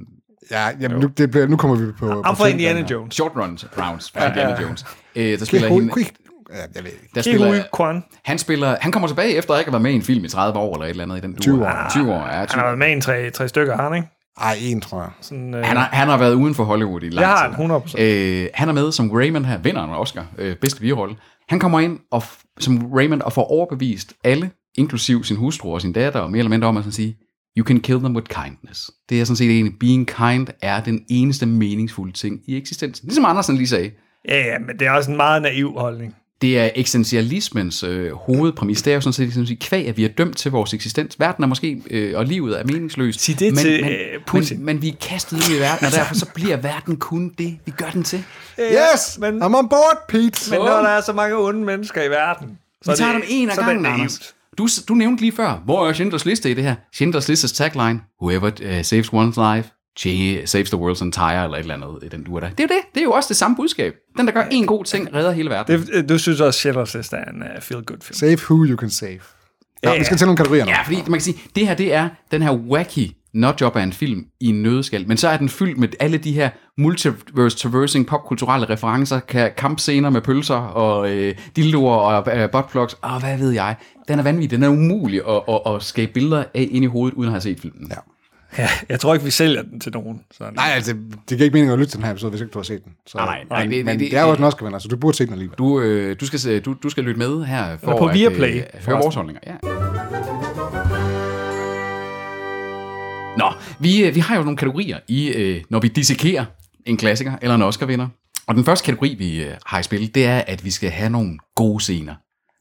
S3: ja, jamen, nu, det bliver, nu kommer vi på...
S1: Ham
S3: på
S1: fra
S3: ting,
S1: Indiana
S3: der er-
S1: Jones.
S2: Short Run Rounds fra Indiana Jones. Øh, der spiller
S3: Quick,
S2: hende,
S3: quick, ja, jeg ved ikke.
S2: der
S1: Kihui
S2: spiller,
S1: Kwan.
S2: han, spiller, han kommer tilbage efter at ikke have været med i en film i 30 år eller et eller andet i den
S3: 20
S2: duer.
S3: år.
S2: 20 år, ja.
S1: Han
S2: 20.
S1: har været med i en tre, tre stykker, har han ikke?
S3: Ej, en, tror jeg.
S1: Sådan, øh,
S2: Han har, han har været uden for Hollywood i lang
S1: jeg har
S2: tid.
S1: en 100%.
S2: Øh, han er med som Raymond her, vinder en Oscar, øh, bedste birolle. Han kommer ind og f- som Raymond og får overbevist alle, inklusiv sin hustru og sin datter, og mere eller mindre om at sådan sige, you can kill them with kindness. Det er sådan set egentlig, being kind er den eneste meningsfulde ting i eksistensen. Ligesom Andersen lige sagde,
S1: Ja, ja, men det er også en meget naiv holdning.
S2: det er eksistentialismens øh, hovedpræmis. Det er jo sådan set ligesom at sige, kvæg, at vi er dømt til vores eksistens. Verden er måske, øh, og livet er meningsløst.
S1: Sig det til, øh, Putin.
S2: Men, men vi er kastet ud i verden, og derfor så bliver verden kun det, vi gør den til.
S3: Yes,
S1: men-
S3: men, I'm on board, Pete.
S1: Men når der er så mange onde mennesker i verden, så
S2: Vi
S1: er
S2: tager
S1: det,
S2: dem en af
S1: så er det
S2: gangen,
S1: naivt.
S2: Anders. Du, du nævnte lige før, hvor er Schindlers liste i det her? Schindlers listes tagline, whoever uh, saves one's life, cha- saves the world's entire, eller et eller andet i den duer der. Det er jo det. Det er jo også det samme budskab. Den, der gør en god ting, redder hele verden. Det,
S1: Det, du synes også, Schindlers List er en uh, feel-good film.
S3: Save who you can save. Nå,
S1: Ja.
S3: vi skal til nogle kategorier nu.
S2: ja, fordi man kan sige, det her, det er den her wacky nutjob af en film i en nødskal, men så er den fyldt med alle de her multiverse-traversing popkulturelle referencer, ka- kampscener med pølser og øh, dildoer og øh, buttplugs, og hvad ved jeg. Den er vanvittig. Den er umulig at, at, at skabe billeder af ind i hovedet, uden at have set filmen.
S3: Ja.
S1: Ja, jeg tror ikke, vi sælger den til nogen. Sådan.
S3: Nej, altså, det giver ikke mening at lytte til den her episode, hvis ikke du har set den. Så,
S2: Nej, nej, nej,
S3: men,
S2: det-
S3: men
S2: det-
S3: det, er jo
S2: det-
S3: også en Oscar-vinder, så du burde se den alligevel.
S2: Du, øh, du, skal, se- du, du skal lytte med her for
S1: på Viaplay,
S2: at, øh, høre
S1: forresten.
S2: vores holdninger. Ja. Nå, vi, øh, vi har jo nogle kategorier, i, øh, når vi dissekerer en klassiker eller en Oscar-vinder. Og den første kategori, vi øh, har i spil, det er, at vi skal have nogle gode scener.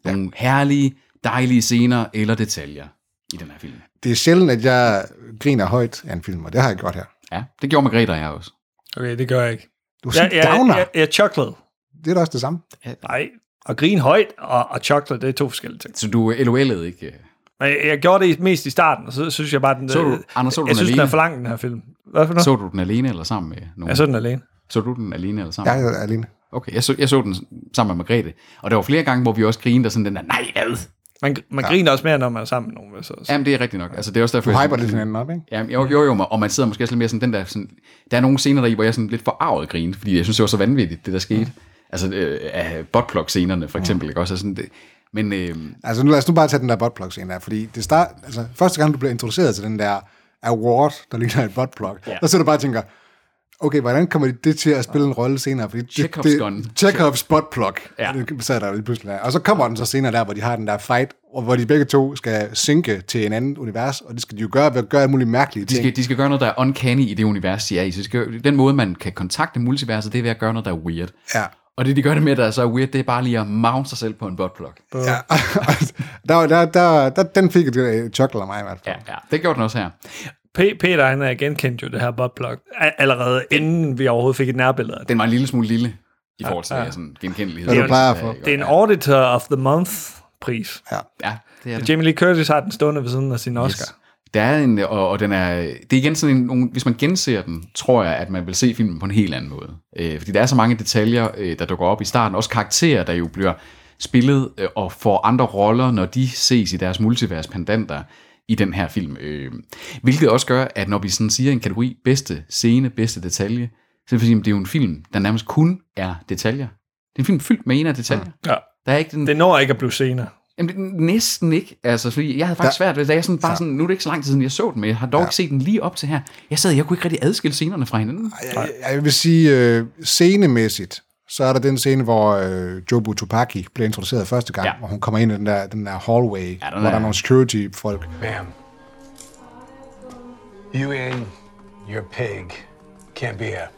S2: Nogle herlige, dejlige scener eller detaljer i den her film.
S3: Det er sjældent, at jeg griner højt af en film, og det har jeg gjort her.
S2: Ja, det gjorde Margrethe og jeg også.
S1: Okay, det gør jeg ikke.
S3: Du er
S1: Jeg,
S3: sådan ja,
S1: jeg,
S3: downer.
S1: jeg, jeg, jeg chocolate.
S3: Det er da også det samme.
S1: Nej, og grin højt og, og chocolate, det er to forskellige ting.
S2: Så du øh, LOL'ede ikke? øh?
S1: Men jeg, jeg gjorde det mest i starten, og så synes jeg bare, den,
S2: Så du-
S1: øh,
S2: Anders, så du
S1: jeg
S2: den
S1: synes, den er
S2: alene?
S1: for lang, den her film. Hvad for noget? Altså-
S2: Så du den alene eller sammen med nogen?
S1: Jeg så den alene.
S2: Så du den alene eller sammen?
S3: Jeg er alene.
S2: Okay, jeg så, jeg så den sammen med Margrethe, og der var flere gange, hvor vi også grinede, og sådan den der, nej, ad.
S1: Man, man ja. griner også mere, når man er sammen med nogen. vil jeg Så, så.
S2: Jamen, det er rigtigt nok. Altså, det er også derfor,
S3: Du
S2: jeg-
S3: hyper lidt hinanden op, ikke?
S2: Jamen, jo, jo, jo, og man sidder måske også lidt mere sådan, den der, sådan, der er nogle scener deri, hvor jeg sådan lidt forarvet griner, fordi jeg synes, det var så vanvittigt, det der skete. Altså, øh, af botplug-scenerne, for eksempel, ikke også? Altså, sådan, det, men, øh,
S3: Altså nu lad os nu bare tage den der buttplug scene der, fordi det start, altså, første gang du bliver introduceret til den der award, der ligner et buttplug, ja. der sidder du bare og tænker, okay, hvordan kommer det til at spille en rolle senere? Fordi det,
S2: Chekhovs
S3: det,
S2: gun.
S3: Chekhovs buttplug,
S2: Ja.
S3: ja. det sad der jo lige pludselig der. Og så kommer den så senere der, hvor de har den der fight, og hvor de begge to skal synke til en anden univers, og det skal de jo gøre ved at gøre alle mulige mærkelige
S2: de
S3: ting.
S2: skal, de skal gøre noget, der er uncanny i det univers, de er i. Så de skal, den måde, man kan kontakte multiverset, det er ved at gøre noget, der er weird.
S3: Ja.
S2: Og det, de gør det med, der er så weird, det er bare lige at mount sig selv på en botplug.
S3: Ja, [laughs] der, var- der, der, der, den fik et øh, chuckle af mig i hvert fald.
S2: Ja, ja, det gjorde den også her.
S1: P- Peter han øh, genkendte jo det her buttplug a- allerede inden vi overhovedet fik et nærbillede af det.
S2: Den var en lille smule lille i forhold til ja. sådan genkendelighed.
S3: Hvad
S1: Det er jo-
S3: du plejer at få.
S1: Det er en Auditor of the Month pris.
S2: Ja, det er det.
S1: Jamie Lee Curtis har den stående ved siden af sin Oscar.
S2: Yes. Der er en, og, og den er, det er igen sådan en, nogle- hvis man genser den, tror jeg, at man vil se filmen på en helt anden måde. Øh, fordi der er så mange detaljer, øh, der dukker op i starten. Også karakterer, der jo bliver spillet øh, og får andre roller, når de ses i deres multivers pendanter i den her film. Øh, hvilket også gør, at når vi sådan siger en kategori bedste scene, bedste detalje, så er det fordi, det er jo en film, der nærmest kun er detaljer. Det er en film fyldt med en af detaljer.
S1: Ja.
S2: Der er ikke den
S1: Det når ikke at blive senere.
S2: Jamen, det- næsten ikke. Altså, fordi jeg havde faktisk
S3: Der-
S2: svært ved det. Jeg sådan bare sådan, nu er det ikke så lang tid siden, jeg så den, men jeg har dog ikke set den lige op til her. Jeg sad, jeg kunne ikke rigtig adskille scenerne fra hinanden.
S3: Jeg, jeg vil sige, øh, scenemæssigt, så er der den scene, hvor øh, Jobu Tupaki bliver introduceret første gang,
S2: Ja.
S3: ja. hvor hun kommer ind i den der, den der hallway, ja, den
S2: er-
S3: hvor der er nogle security-folk.
S10: Ma'am. You and your pig can't be here.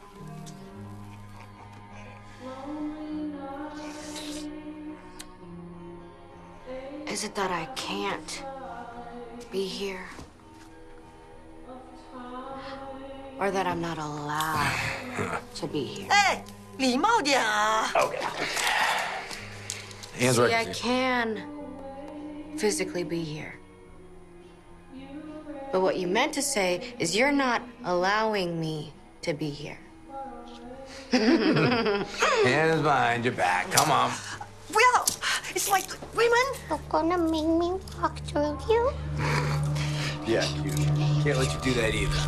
S7: Is it that I can't be here? Or that I'm not allowed to be here?
S10: Hands
S7: See, I can physically be here. But what you meant to say is you're not allowing me to be here.
S10: Hands behind your back. Come on.
S5: Well, it's like women.
S7: You're gonna make me walk through you?
S10: Yeah, you can't let you do that either.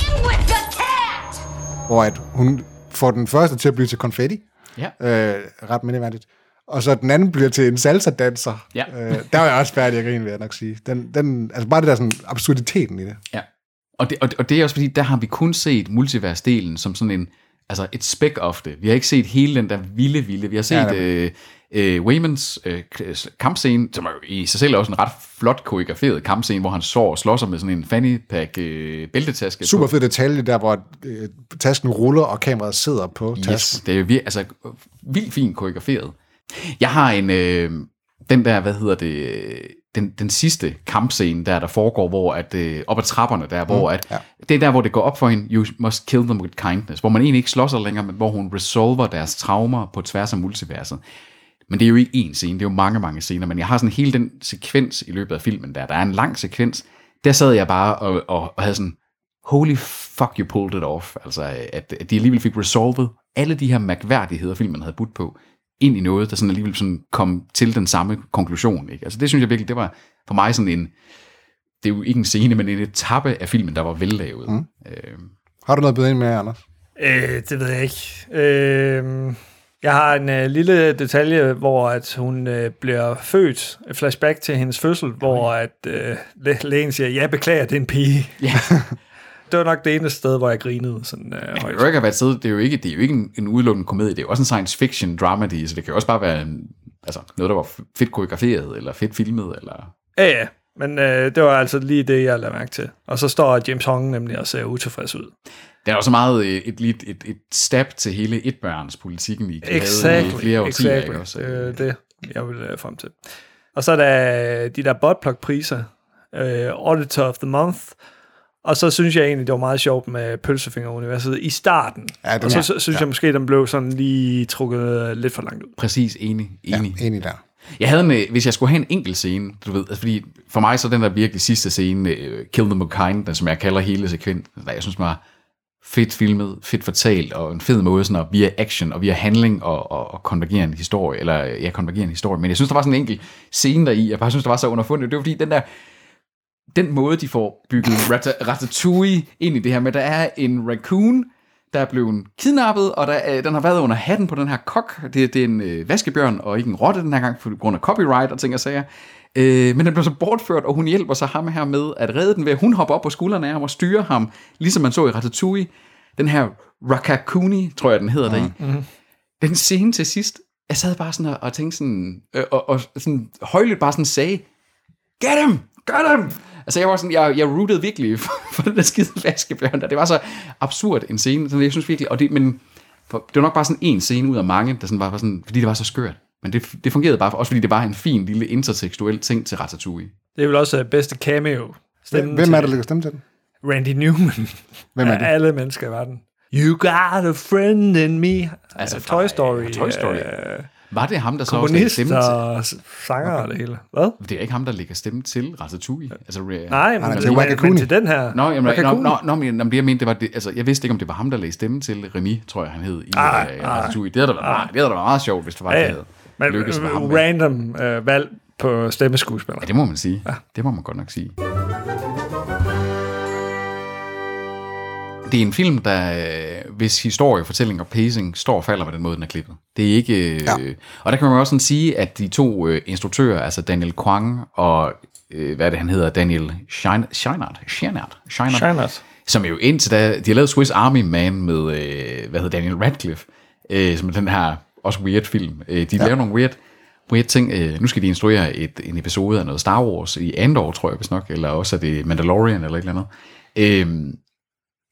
S7: You with the cat!
S3: hvor at hun får den første til at blive til konfetti,
S2: Ja.
S3: øh, ret mindeværdigt, og så den anden bliver til en salsa-danser.
S2: Ja.
S3: Øh, der var jeg også færdig at grine, vil jeg nok sige. Den, den, altså bare det der sådan, absurditeten i det.
S2: ja. Og, det, og, og det er også fordi, der har vi kun set multiversdelen som sådan en, altså et spæk of det. Vi har ikke set hele den der vilde, vilde. Vi har set
S3: Ja,
S2: ja,
S3: det
S2: øh, øh, Waymans øh, k- kampscene, som er jo i sig selv også en ret flot koreograferet kampscene, hvor han sår og slår sig med sådan en fanny pack øh, bæltetaske.
S3: Super fed detalje der, hvor øh, tasken ruller, og kameraet sidder på tasken.
S2: Yes, det er jo vir- altså, vildt fint koreograferet. Jeg har en, øh, den der, hvad hedder det, øh, den, den sidste kampscene, der, der foregår, hvor at, øh, op ad trapperne der, hvor at, ja. det er der, hvor det går op for hende, you must kill them with kindness, hvor man egentlig ikke slår sig længere, men hvor hun resolver deres traumer på tværs af multiverset. Men det er jo ikke én scene, det er jo mange, mange scener, men jeg har sådan hele den sekvens i løbet af filmen der, der er en lang sekvens, der sad jeg bare og, og, og havde sådan, holy fuck, you pulled it off. Altså, at, at de alligevel fik resolvet alle de her mærkværdigheder, filmen havde budt på, ind i noget, der sådan alligevel sådan kom til den samme konklusion. Ikke? Altså, det synes jeg virkelig, det var for mig sådan en, det er jo ikke en scene, men en etape af filmen, der var vellavet. Mm. Øh,
S3: Har du noget bedre ind med, Anders?
S1: Øh, det ved jeg ikke. Øh, jeg har en øh, lille detalje, hvor at hun øh, bliver født. Et flashback til hendes fødsel, hvor at, øh, læ- lægen siger, jeg beklager, det er en pige.
S2: Ja.
S1: [laughs] det var nok det eneste sted, hvor jeg grinede sådan øh,
S2: det,
S1: højt.
S2: kan jo ikke have været siddet, det er jo ikke, det er jo ikke en, en udelukkende komedie, det er jo også en science fiction dramedy, så det kan jo også bare være en, altså, noget, der var fedt koreograferet, eller fedt filmet, eller...
S1: Ja, ja. Men øh, det var altså lige det, jeg lagde mærke til. Og så står James Hong nemlig og ser utilfreds ud.
S2: Der er også meget øh, et, et, et, et stab til hele etbørnspolitikken, I havde i flere årtier. ikke også?
S1: Det er det, jeg vil øh, frem til. Og så er der øh, de der botplug-priser, øh, Auditor of the Month, og så synes jeg egentlig, det var meget sjovt med Pølsefinger-universet i starten.
S3: Ja, den
S1: og så
S3: er-
S1: sy- synes jeg måske, den blev sådan lige trukket øh, lidt for langt ud.
S2: Præcis, enig, enig. Ja.
S3: Enig der.
S2: Jeg havde en, øh, hvis jeg skulle have en enkelt scene, du ved, altså fordi for mig så den der virkelig sidste scene, øh, Kill Them With Kindness, som jeg kalder hele sekvensen, der jeg synes var fedt filmet, fedt fortalt, og en fed måde sådan at, via action og via handling og, og, og konvergere en historie, eller øh, ja, konvergere en historie. Men jeg synes, der var sådan en enkelt scene deri, jeg bare synes, der var så underfundet. Det var fordi, den der, den måde, de får bygget Rata- Ratatouille ind i det her med, der er en raccoon, der er blevet kidnappet, og der, øh, den har været under hatten på den her kok. Det, det er en øh, vaskebjørn og ikke en rotte den her gang, på grund af copyright og ting og sager. Øh, men den bliver så bortført, og hun hjælper så ham her med at redde den ved, at hun hopper op på skuldrene af ham og styrer ham, ligesom man så i Ratatouille. Den her Rakakuni, tror jeg, den hedder mm. deri. Mm. Den scene til sidst, jeg sad bare sådan og, og tænkte sådan, øh, og, og sådan højlydt bare sådan sagde, Get him! Gør dem! Altså, jeg var sådan, jeg, jeg rootede virkelig for, for den der skide vaskebjørn der. Det var så absurd en scene, sådan, jeg synes virkelig, og det, men for, det var nok bare sådan en scene ud af mange, der sådan var, var sådan, fordi det var så skørt. Men det, det fungerede bare, for, også fordi det var en fin lille intertekstuel ting til Ratatouille.
S1: Det er vel også øh, bedste cameo. Stemmen
S3: Hvem
S1: til
S3: er der, der lægger stemme til den?
S1: Randy Newman.
S3: Hvem er
S1: Af
S3: det?
S1: Alle mennesker var den. You got a friend in me. Altså,
S2: fra,
S1: Toy
S2: øh,
S1: Story.
S2: Toy Story.
S1: øh,
S2: Var det ham, der så også lagde
S1: Komponist
S2: stemme til?
S1: og s- sanger og det hele. Hvad?
S2: Det er ikke ham, der lægger stemme til Ratatouille. Altså, re-
S1: Nej, men,
S3: nej, til
S1: men,
S3: Wakakuni.
S1: men til den her.
S2: Nå, jamen, nå,
S3: Rakakuni.
S2: nå, nå, men, nå, men det jeg mente, det var, det, altså, jeg vidste ikke, om det var ham, der lagde stemme til Remy, tror jeg, han hed i
S1: Ej,
S2: øh,
S1: ej.
S2: Ratatouille. Det havde da været, meget- det havde da været meget sjovt, hvis det var,
S1: Ah, Ja,
S2: ja, det
S1: ja.
S2: havde
S1: Men,
S2: lykkes med ham.
S1: øh,
S2: med.
S1: random øh, valg på stemmeskuespiller.
S2: Ja, det må man sige. Ja. Det må man godt nok sige. Det er en film, der øh, hvis historie, fortælling og pacing står og falder med den måde, den er klippet. Det er ikke... Øh, ja. Og der kan man jo også sådan sige, at de to øh, instruktører, altså Daniel Kwang og, øh, hvad er det, han hedder, Daniel Schein- Scheinert, Scheinert, Scheinert,
S1: Scheinert.
S2: som jo indtil da, de har lavet Swiss Army Man med, øh, hvad hedder Daniel Radcliffe, øh, som er den her også weird film. Øh, de ja. laver nogle weird, weird ting. Øh, nu skal de instruere et, en episode af noget Star Wars i Andor, tror jeg, hvis nok, eller også er det Mandalorian eller et eller andet. Øh,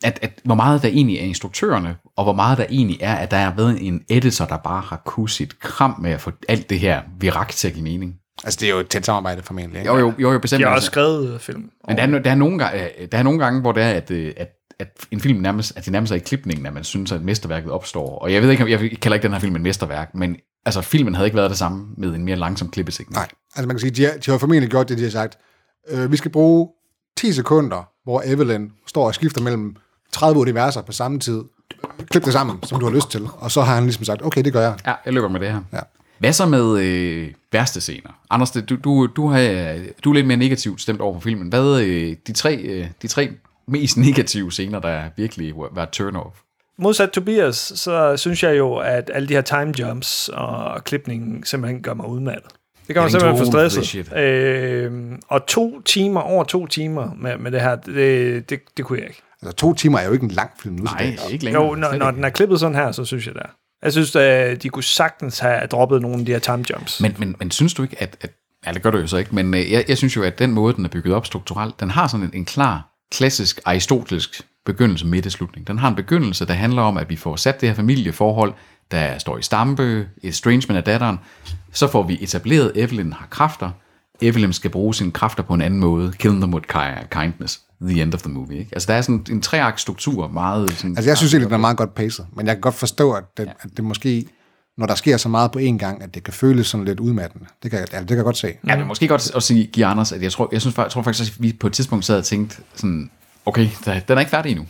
S2: at, at hvor meget der egentlig er instruktørerne, og hvor meget der egentlig er, at der har været en editor, der bare har kunnet sit kram med at få alt det her virakt til at give mening.
S3: Altså, det er jo et tæt samarbejde formentlig. Ikke?
S2: Jo, jo, jo, jo bestemt.
S1: De har også
S2: altså.
S1: skrevet film.
S2: Men der er, no- der, er nogle gange, øh, der er nogle gange, hvor det er, at, øh, at, at en film nærmest, at det nærmest er i klipningen, at man synes, at mesterværket opstår. Og jeg ved ikke, om jeg kalder ikke den her film en mesterværk, men altså filmen havde ikke været det samme med en mere langsom klippeteknik.
S3: Nej, altså man kan sige, de, har- de har formentlig gjort det, de har sagt. Øh, vi skal bruge 10 sekunder, hvor Evelyn står og skifter mellem 30 universer på samme tid. Klip det sammen, som du har lyst til. Og så har han ligesom sagt, okay, det gør jeg.
S2: Ja, jeg løber med det her.
S3: Ja.
S2: Hvad så med øh, værste scener? Anders, det- du, du, du, har, øh, du er lidt mere negativt stemt over for filmen. Hvad øh, de tre, øh, de tre mest [laughs] negative scener, der virkelig var var turn-off?
S1: Modsat Tobias, så synes jeg jo, at alle de her time jumps og klipningen simpelthen gør mig udmattet. Det gør mig
S2: Getting
S1: simpelthen for
S2: too old for this
S1: stresset. Øh, og to timer, over to timer med, med det her, det, det, det kunne jeg ikke.
S3: Altså, to timer er jo ikke en lang film nu. til
S2: Nej,
S3: dags.
S2: ikke længere.
S1: Jo, når,
S2: Slet
S1: når
S2: ikke.
S1: den er klippet sådan her, så synes jeg det er. Jeg synes, at de kunne sagtens have droppet nogle af de her time jumps.
S2: Men, men, men synes du ikke, at, at... Ja, det gør du jo så ikke, men øh, jeg, jeg synes jo, at den måde, den er bygget op strukturelt, den har sådan en, en klar, klassisk, aristotelisk begyndelse, midt og slutning. Den har en begyndelse, der handler om, at vi får sat det her familieforhold, der står i stampe, estrangement af datteren, så får vi etableret, Evelyn har kræfter, Evelyn skal bruge sine kræfter på en anden måde, kill them with ki- kindness, the end of the movie. Ikke? Altså der er sådan en treark struktur, meget sådan...
S3: Altså, jeg synes egentlig, den er meget godt paced. Men jeg kan godt forstå, at det, at det måske, når der sker så meget på én gang, at det kan føles sådan lidt udmattende. Det kan, altså, det kan jeg godt se.
S2: Ja, men måske godt at sige, give Anders, at jeg tror, jeg, synes, jeg tror faktisk, at vi på et tidspunkt sad og tænkte sådan, okay, der, den er ikke færdig endnu.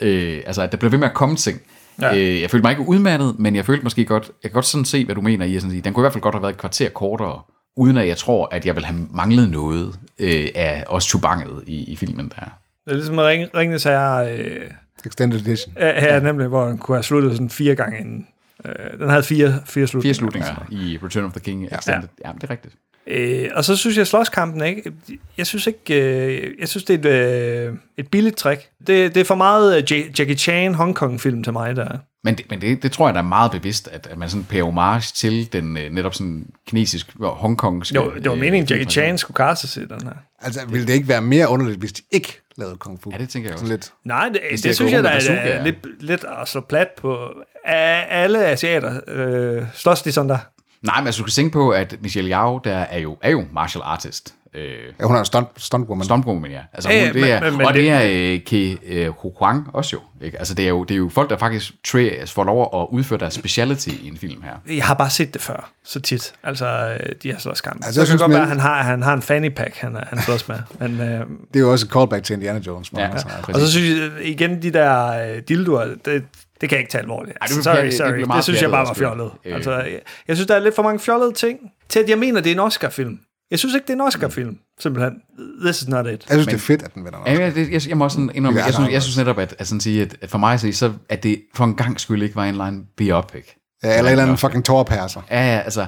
S2: Øh, altså, at der bliver ved med at komme ting. Ja. Øh, jeg følte mig ikke udmattet, men jeg følte måske godt, jeg kan godt sådan se, hvad du mener i, at sådan sige, den kunne i hvert fald godt have været et kvarter kortere, uden at jeg tror, at jeg ville have manglet noget øh, af os chubanget i, i filmen der.
S1: Det er ligesom med Ring, Ringenes Herre, øh,
S3: Extended edition.
S1: her ja. nemlig, hvor den kunne have sluttet sådan fire gange inden. Øh, den havde fire, fire
S2: Fire
S1: slutninger.
S2: slutninger i Return of the King Extended. Ja, ja men det er rigtigt.
S1: Øh, og så synes jeg, at slåskampen, ikke? Jeg synes ikke, øh, jeg synes, det er et, øh, et billigt trick. Det, det er for meget øh, Ja- Jackie Chan Hong Kong film til mig, der er.
S2: Men, det, men det, det tror jeg, der er meget bevidst, at, at man sådan pærer homage til den øh, netop sådan kinesisk, hongkongske...
S1: Det var, det var
S2: øh,
S1: meningen, at Jackie
S2: filmtradition.
S1: Chan skulle kaste sig i den her.
S3: Altså, ville det ikke være mere underligt, hvis de ikke lavede kung fu?
S2: Ja, det tænker jeg også.
S3: Sådan lidt.
S1: Nej, det, det,
S2: det er
S1: det synes
S2: gået
S1: jeg,
S2: rundt
S1: der
S2: med
S1: er,
S2: bazooka, ja.
S1: er lidt, lidt at slå plat på. A- alle asiater øh, slås de sådan der.
S2: Nej, men altså, du skal tænke på, at Michelle Yao, der er jo, er jo martial artist. Øh,
S3: Ja, hun er en stunt, stuntwoman.
S2: Stuntwoman, ja. Altså,
S1: Ja, ja,
S2: hun, det
S1: men-
S2: er,
S1: men- men
S2: og
S1: det-
S2: det er øh, Ke øh, Ho Kwang også jo. Ikke? Altså, det er jo, det er jo folk, der faktisk tra- får lov at udføre deres speciality i en film her.
S1: Jeg har bare set det før, så tit. Altså, øh, de her slåskampe. Altså,
S3: Altså, jeg
S1: det kan
S3: synes,
S1: godt være,
S3: men-
S1: at han har, han har en fanny pack, han, er- han slås med. Men, øh,
S3: Det er jo også et callback til Indiana Jones. hvor
S2: Ja,
S3: han er sådan,
S2: ja.
S3: altså.
S1: og så synes jeg, øh, igen, de der øh, dildoer, det, det kan jeg ikke tage alvorligt.
S2: det
S1: Altså,
S2: blev
S1: sorry,
S2: fjollet. Det
S1: sorry.
S2: blev
S1: Det,
S2: meget
S1: det synes jeg
S2: fjollet
S1: bare var
S2: også,
S1: fjollet.
S2: ja. Øh.
S1: Altså, jeg, jeg synes, der er lidt for mange fjollede ting, til at jeg mener, det er en Oscar-film. Jeg synes ikke, det er en Oscar-film, simpelthen. This is not it.
S3: Jeg synes, det er fedt, at den vinder
S2: Ja,
S3: noget.
S2: jeg, jeg, jeg, må også sådan indrømme,
S3: Det er
S2: jeg, synes, jeg
S3: anderledes.
S2: synes netop, at, at, sådan sige, at, at for mig at se, så at det for en gang skyld ikke var en eller anden biopic.
S3: Ja, eller en eller anden fucking tårpærser.
S2: Ja, ja, altså,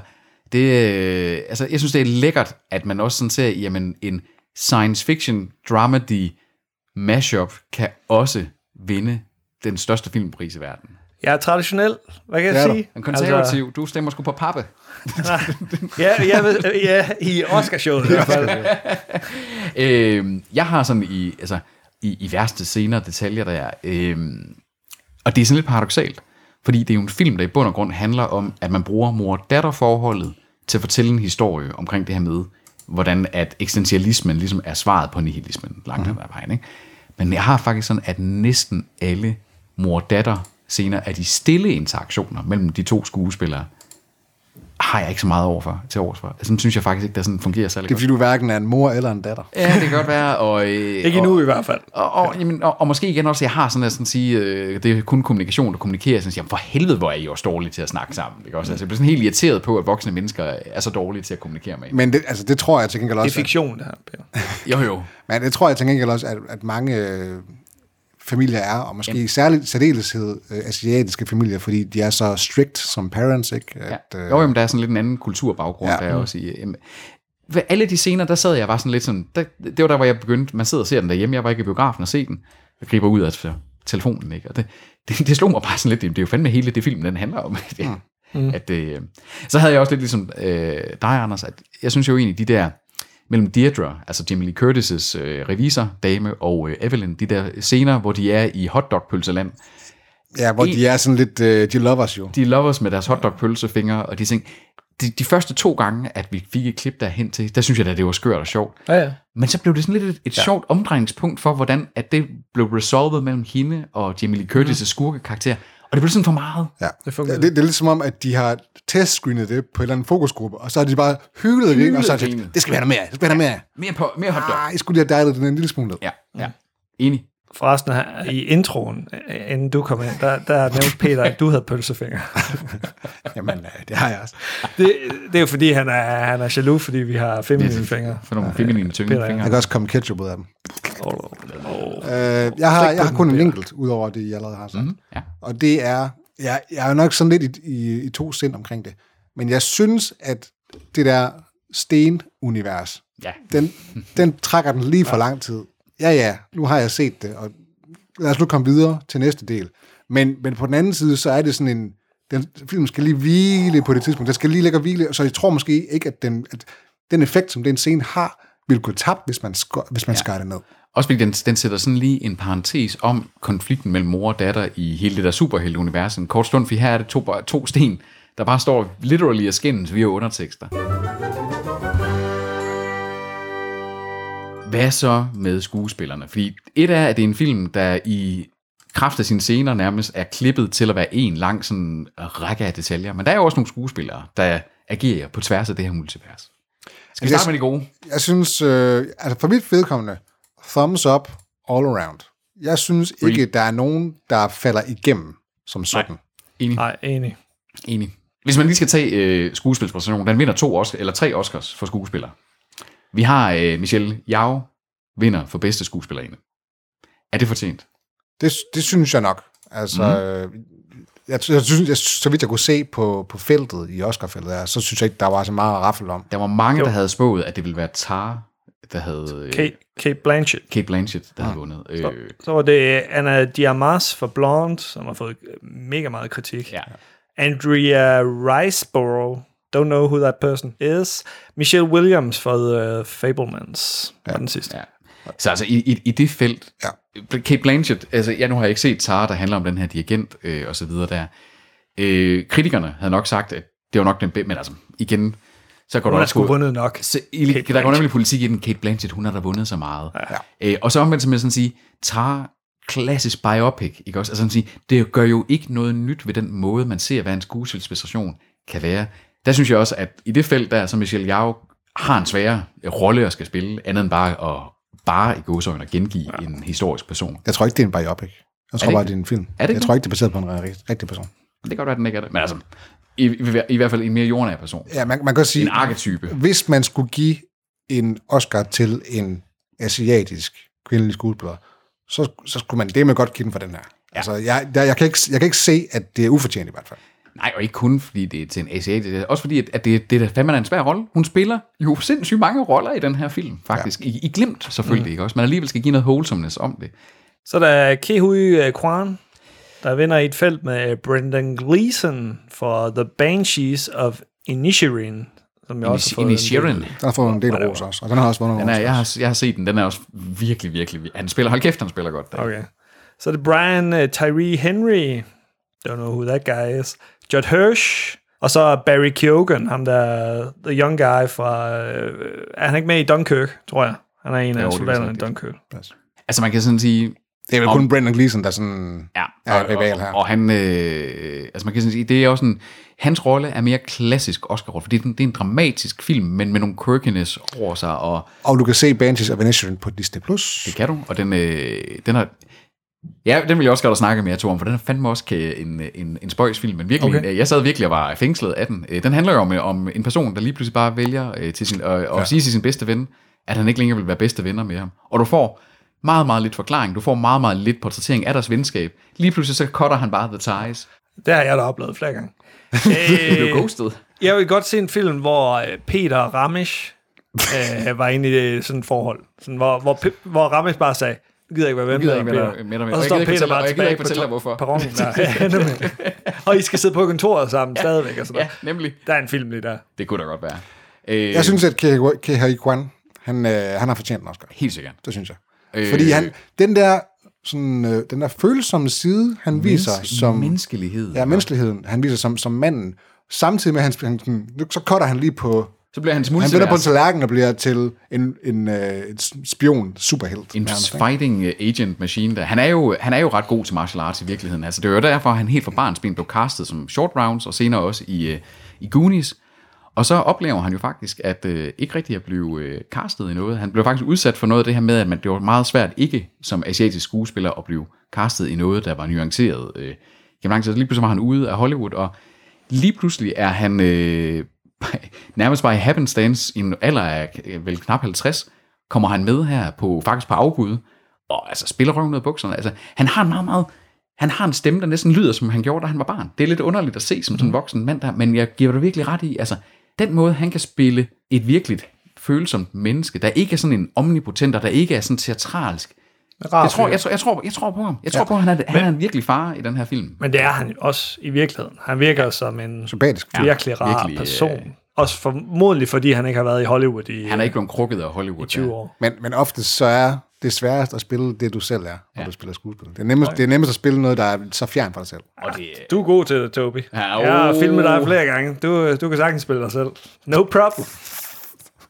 S2: det, øh, altså, jeg synes, det er lækkert, at man også sådan ser, jamen, en science fiction dramedy mashup kan også vinde den største filmpris i verden.
S1: Jeg er traditionel, hvad kan
S3: Det
S1: jeg
S3: er du.
S1: sige?
S2: En konservativ, altså, du stemmer sgu på pappe.
S1: Altså, ja, jeg ved, øh, ja, i Oscarshowet i hvert fald.
S2: Øh, jeg har sådan i, altså, i, i værste scener og detaljer, der er. Øh, og det er sådan lidt paradoxalt, fordi det er jo en film, der i bund og grund handler om, at man bruger mor-datter-forholdet til at fortælle en historie omkring det her med, hvordan at eksistentialismen ligesom er svaret på nihilismen langt hen ad vejen. Ikke? Men jeg har faktisk sådan, at næsten alle mor-datter scener af de stille interaktioner mellem de to skuespillere, har jeg ikke så meget over for, til overs for. Altså, Sådan synes jeg faktisk ikke, der sådan fungerer særlig
S3: Det er,
S2: godt.
S3: fordi du hverken er en mor eller en datter.
S2: Ja, det kan godt være. Og, øh,
S1: Ikke
S2: og,
S1: endnu i hvert fald.
S2: Og, og, jamen, og, og måske igen også, jeg har sådan at sådan sige, øh, det er kun kommunikation, der kommunikerer. Sådan, at sige, jamen, for helvede, hvor er I også dårlige til at snakke sammen. Ikke? Også, altså, jeg bliver sådan helt irriteret på, at voksne mennesker er så dårlige til at kommunikere med hinanden.
S3: Men det, altså, det tror jeg til gengæld
S1: Det er
S3: også, at,
S1: fiktion, det her, Peter.
S2: Jo, jo.
S3: men det tror jeg til gengæld også, at, at mange øh, familier er, og måske i særlig særdeleshed øh, asiatiske familier, fordi de er så strict som parents, ikke? At,
S2: Ja.
S3: øh,
S2: Jo, jamen, der er sådan lidt en anden kulturbaggrund, ja.
S3: Ja.
S2: der er også i... Jamen, ved alle de scener, der sad jeg bare sådan lidt sådan... Der, det var der, hvor jeg begyndte... Man sidder og ser den derhjemme. Jeg var ikke i biografen og se den. Jeg griber ud af t- telefonen, ikke? Og det, det, det slog mig bare sådan lidt. Det er jo fandme hele det film, den handler om. [laughs] Det, mm. at, øh, så havde jeg også lidt ligesom øh, dig, Anders, at jeg synes jo egentlig, de der mellem Deirdre, altså Jamie Lee Curtis' øh, revisor, dame, og øh, Evelyn, de der scener, hvor de er i hotdog-pølseland,
S3: ja, hvor de er sådan lidt, øh, de lover os jo.
S2: de lovers med deres hotdog-pølsefingre og de ting. De, de første to gange, at vi fik et klip derhen til, der synes jeg da, det var skørt og sjovt.
S1: Ja, ja.
S2: Men så blev det sådan lidt et, et ja. sjovt omdrejningspunkt for, hvordan at det blev resolvet mellem hende og Jamie Lee
S1: Mhm.
S2: Curtis' skurkekarakter. Og det blev sådan for meget.
S3: Ja.
S1: Det
S3: Det,
S1: fungerer.
S3: det, det er lidt som om, at de har testscreenet det på en eller anden fokusgruppe, og så har de bare hyldet det, ikke? og så har de
S2: Hylet det.
S3: sagt, det skal vi have noget mere af, det skal vi have noget mere af.
S2: Mere, på, mere hotdog.
S3: Ah, I skulle lige have dejlet den en lille smule ned.
S2: Ja, ja. Enig.
S1: Forresten, her i introen, øh, inden du kom ind, der, der nævnte Peter, at du havde pølsefingre.
S3: Jamen, øh, det har jeg også.
S1: Det, det er jo fordi, han er, han er jaloux, fordi vi har feminine fingre.
S2: For nogle feminine tynge
S1: Peter,
S2: fingre.
S3: Der kan også komme ketchup ud af dem.
S1: Oh,
S3: Øh, jeg, har, jeg har kun en enkelt, udover det, jeg allerede har sagt. Mm-hmm.
S2: Mhm. ja.
S3: Og det er, jeg, jeg er jo nok sådan lidt i, i, i to sind omkring det. Men jeg synes, at det der stenunivers,
S2: Ja.
S3: den, den trækker den lige for lang tid. Ja, ja, nu har jeg set det, og lad os nu komme videre til næste del. Men, men på den anden side, så er det sådan en, den film skal lige hvile på det tidspunkt, den skal lige ligge og hvile, så jeg tror måske ikke, at den, at den effekt, som den scene har, vil gå tabt, hvis man, skår, hvis man ja. skar det ned.
S2: Også fordi den, den sætter sådan lige en parentes om konflikten mellem mor og datter i hele det der superhelte-univers. En kort stund, for her er det to, to sten, der bare står literally og skændes via undertekster. Hvad så med skuespillerne? Fordi et er, at det er en film, der i kraft af sine scener nærmest er klippet til at være en lang sådan række af detaljer. Men der er jo også nogle skuespillere, der agerer på tværs af det her multivers. Skal vi
S3: Jeg-
S2: starte med de gode?
S3: Jeg synes, øh, altså for mit vedkommende, thumbs up all around. Jeg synes ikke, der er nogen, der falder igennem som sådan.
S2: Enig?
S1: nej, enig.
S2: Enig. Hvis man lige skal tage øh, skuespilspræstationen, den vinder to Oscar, eller tre Oscars for skuespillere. Vi har øh, Michelle Yao vinder for bedste skuespillerinde. Er det fortjent?
S3: Det, det synes jeg nok. Altså, mm. jeg, jeg synes, jeg, så vidt jeg kunne se på, på feltet i Oscarfeltet, her, så synes jeg ikke, der var så meget at raffle om.
S2: Der var mange,
S1: Jo.
S2: jo. der havde spået, at det ville være Tar, der havde... Øh,
S1: Kate, Ah, Kate Blanchett.
S2: Kate Blanchett, der havde vundet. Øh,
S1: Så var det Anna Diarmas for Blonde, som har fået øh, mega meget kritik.
S2: ja.
S1: Andrea Riceborough, don't know who that person is. Michelle Williams for The Fablemans ja. var den sidste.
S2: Ja. Så altså i, i, i det felt, ja. Kate Blanchett, altså ja, nu har jeg ikke set Tara, der handler om den her dirigent øh, og så videre der. Øh, kritikerne havde nok sagt, at det var nok den bedste, men altså igen, Så går
S1: Hun
S2: der
S1: har
S2: også
S1: sgu
S2: ud-
S1: vundet nok.
S2: Så,
S1: Kate
S2: i, der går nemlig
S1: Blanchett.
S2: politik i den. Kate Blanchett, hun har da vundet så meget. Ja. Øh, og så omvendt, som jeg sådan sige, tager klassisk biopic, ikke også? Altså sådan sige, det gør jo ikke noget nyt ved den måde, man ser, hvad en skuespilspræstation kan være. Der synes jeg også, at i det felt der, som Michelle Yao har en sværere rolle at skal spille, andet end bare at bare i godsøjne at gengive ja. en historisk person.
S3: Jeg tror ikke, det er en biopic. Jeg tror
S2: det
S3: bare,
S2: ikke?
S3: det er en film.
S2: Er det
S3: jeg
S2: ikke
S3: tror ikke, det er baseret på en re- rigtig person.
S2: Det kan godt være, den ikke er det. Men altså, i, i, i hvert fald en mere jordnær person.
S3: Ja, man, man kan også sige,
S2: En arketype.
S3: hvis man skulle give en Oscar til en asiatisk kvindelig skuespiller, så, så skulle man det med godt give den for den her. Ja. Altså, jeg, der, jeg, kan ikke, jeg kan ikke se, at det er ufortjent i hvert fald.
S2: Nej, og ikke kun fordi det er til en asiatisk. Også fordi, at, at det, det er da fandme en svær rolle. Hun spiller jo sindssygt mange roller i den her film, faktisk. Ja. I, I glemt selvfølgelig, mm. ikke også? Man alligevel skal give noget wholesomeness om det.
S1: Så der er Kehui øh, Kwan, der vinder i et felt med øh, Brendan Gleeson for The Banshees of Inisherin. Som jeg også har fået en
S2: Ind i
S1: del-
S2: Sharon.
S3: Der har fået en del
S1: whatever.
S3: ros også, og den har også vundet
S2: Den er,
S3: ros
S2: jeg,
S3: også.
S2: har, jeg har set den. Den er også virkelig, virkelig... vir- Han spiller... Hold kæft, han spiller godt. Der.
S1: Okay. Så er det Brian uh, Tyree Henry. Don't know who that guy is. Judd Hirsch. Og så Barry Keoghan, ham der er the young guy fra... Øh, er han ikke med i Dunkirk, tror jeg? Han er en
S2: Jo, det
S1: af
S2: er
S1: soldaterne i
S2: rigtigt.
S1: Dunkirk.
S2: Altså, man kan sådan sige...
S3: Det er vel
S2: Om-
S3: kun Brendan Gleeson, der sådan
S2: Ja,
S3: er en rival her.
S2: Og, og han, øh, altså man kan sådan sige, det er også en, hans rolle er mere klassisk Oscar-rolle, fordi det er, en, det er en dramatisk film, men med nogle quirkiness over sig, og
S3: Og du kan se Banshees of Inisherin på Disney+. Plus.
S2: Det kan du, og den, øh, den har... Ja, den vil jeg også godt snakke med jer to om, for den er fandme også øh, en, en, en spøjsfilm, men virkelig, okay. jeg sad virkelig og var fængslet af den. Øh, Den handler jo om, øh, om en person, der lige pludselig bare vælger øh, til sin, øh, at ja. sige til sin bedste ven, at han ikke længere vil være bedste venner med ham. Og du får meget, meget lidt forklaring, du får meget, meget lidt portrættering af deres venskab. Lige pludselig så cutter han bare the ties.
S1: Det har jeg da oplevet flere gange.
S2: Det [laughs] blev
S1: øh,
S2: ghostet.
S1: jeg vil godt se en film, hvor øh, Peter og Ramesh øh, var inde i øh, sådan et forhold. Sådan, hvor, hvor, Pe- hvor Ramesh bare sagde, du gider ikke være ven
S2: gider
S1: med
S2: ikke
S1: dig,
S2: være
S1: Peter.
S2: med dig, men-
S1: Og
S2: og
S1: så
S2: jeg
S1: står
S2: gider ikke
S1: Peter
S2: fortælle- og
S1: bare
S2: jeg gider
S1: tilbage på to-
S2: ikke fortælle dig, hvorfor.
S1: perronen der. Ja,
S2: [laughs]
S1: nemlig. og I skal sidde på kontoret sammen stadigvæk. Og sådan
S2: Ja,
S1: noget.
S2: nemlig.
S1: Der er en film lige der.
S2: Det kunne da godt være. Øh,
S3: Jeg synes, at Kehari Kwan, han, øh, han har fortjent en Oscar.
S2: Helt sikkert.
S3: Det synes jeg.
S2: Øh.
S3: Fordi han, den der, sådan, øh, den der følsomme side, han viser som...
S2: Menneskelighed.
S3: Ja, menneskeligheden. Han viser som, som manden. Samtidig med, at han, han, sådan- så cutter han lige på...
S2: Så bliver hans
S3: Han vender på en
S2: multivers.
S3: tallerken og bliver til en, en, øh, en spion, superhelt.
S2: En
S3: nærmest, ikke?
S2: fighting øh, agent machine der. Han er, jo, han er jo ret god til martial arts i virkeligheden. Altså, det var jo derfor, han helt fra barnsben blev castet som short rounds, og senere også i, øh, i Goonies. Og så oplever han jo faktisk, at øh, ikke rigtig at blive øh, castet i noget. Han blev faktisk udsat for noget af det her med, at man, det var meget svært ikke som asiatisk skuespiller at blive castet i noget, der var nuanceret. Øh, gennem lang tid. Så Lige pludselig var han ude af Hollywood, og lige pludselig er han øh, [laughs] nærmest bare i happenstance i en alder af øh, vel knap 50, kommer han med her på faktisk på afbud, og altså spiller røven ud af bukserne. Altså, han har en meget, meget han har en stemme, der næsten lyder, som han gjorde, da han var barn. Det er lidt underligt at se som
S1: Mm.
S2: sådan en voksen mand der, men jeg giver dig virkelig ret i, altså, den måde, han kan spille et virkeligt følsomt menneske, der ikke er sådan en omnipotent, og der ikke er sådan teatralsk. Jeg tror, jeg, tror, jeg, tror, jeg tror på ham. Jeg tror på, at han er, han er en virkelig far i den her film.
S1: Men det er han jo også i virkeligheden. Han virker som en
S3: Sympatisk.
S1: ja, virkelig rar
S2: virkelig, øh,
S1: person. Også formodentlig, fordi han ikke har været i Hollywood i
S2: Han er ikke blevet krukket af Hollywood.
S1: 20
S2: ja.
S1: år.
S3: Men, men ofte så er det sværest at spille det, du selv er, når
S2: Ja.
S3: ja. du spiller skuespil. Det er, nemmest, det er nemmest at spille noget, der er så fjern fra dig selv.
S2: Og det,
S1: Du er god til det, Toby.
S2: Ja,
S1: Jeg har
S2: oh.
S1: filmet dig flere gange. Du, du kan sagtens spille dig selv. No problem.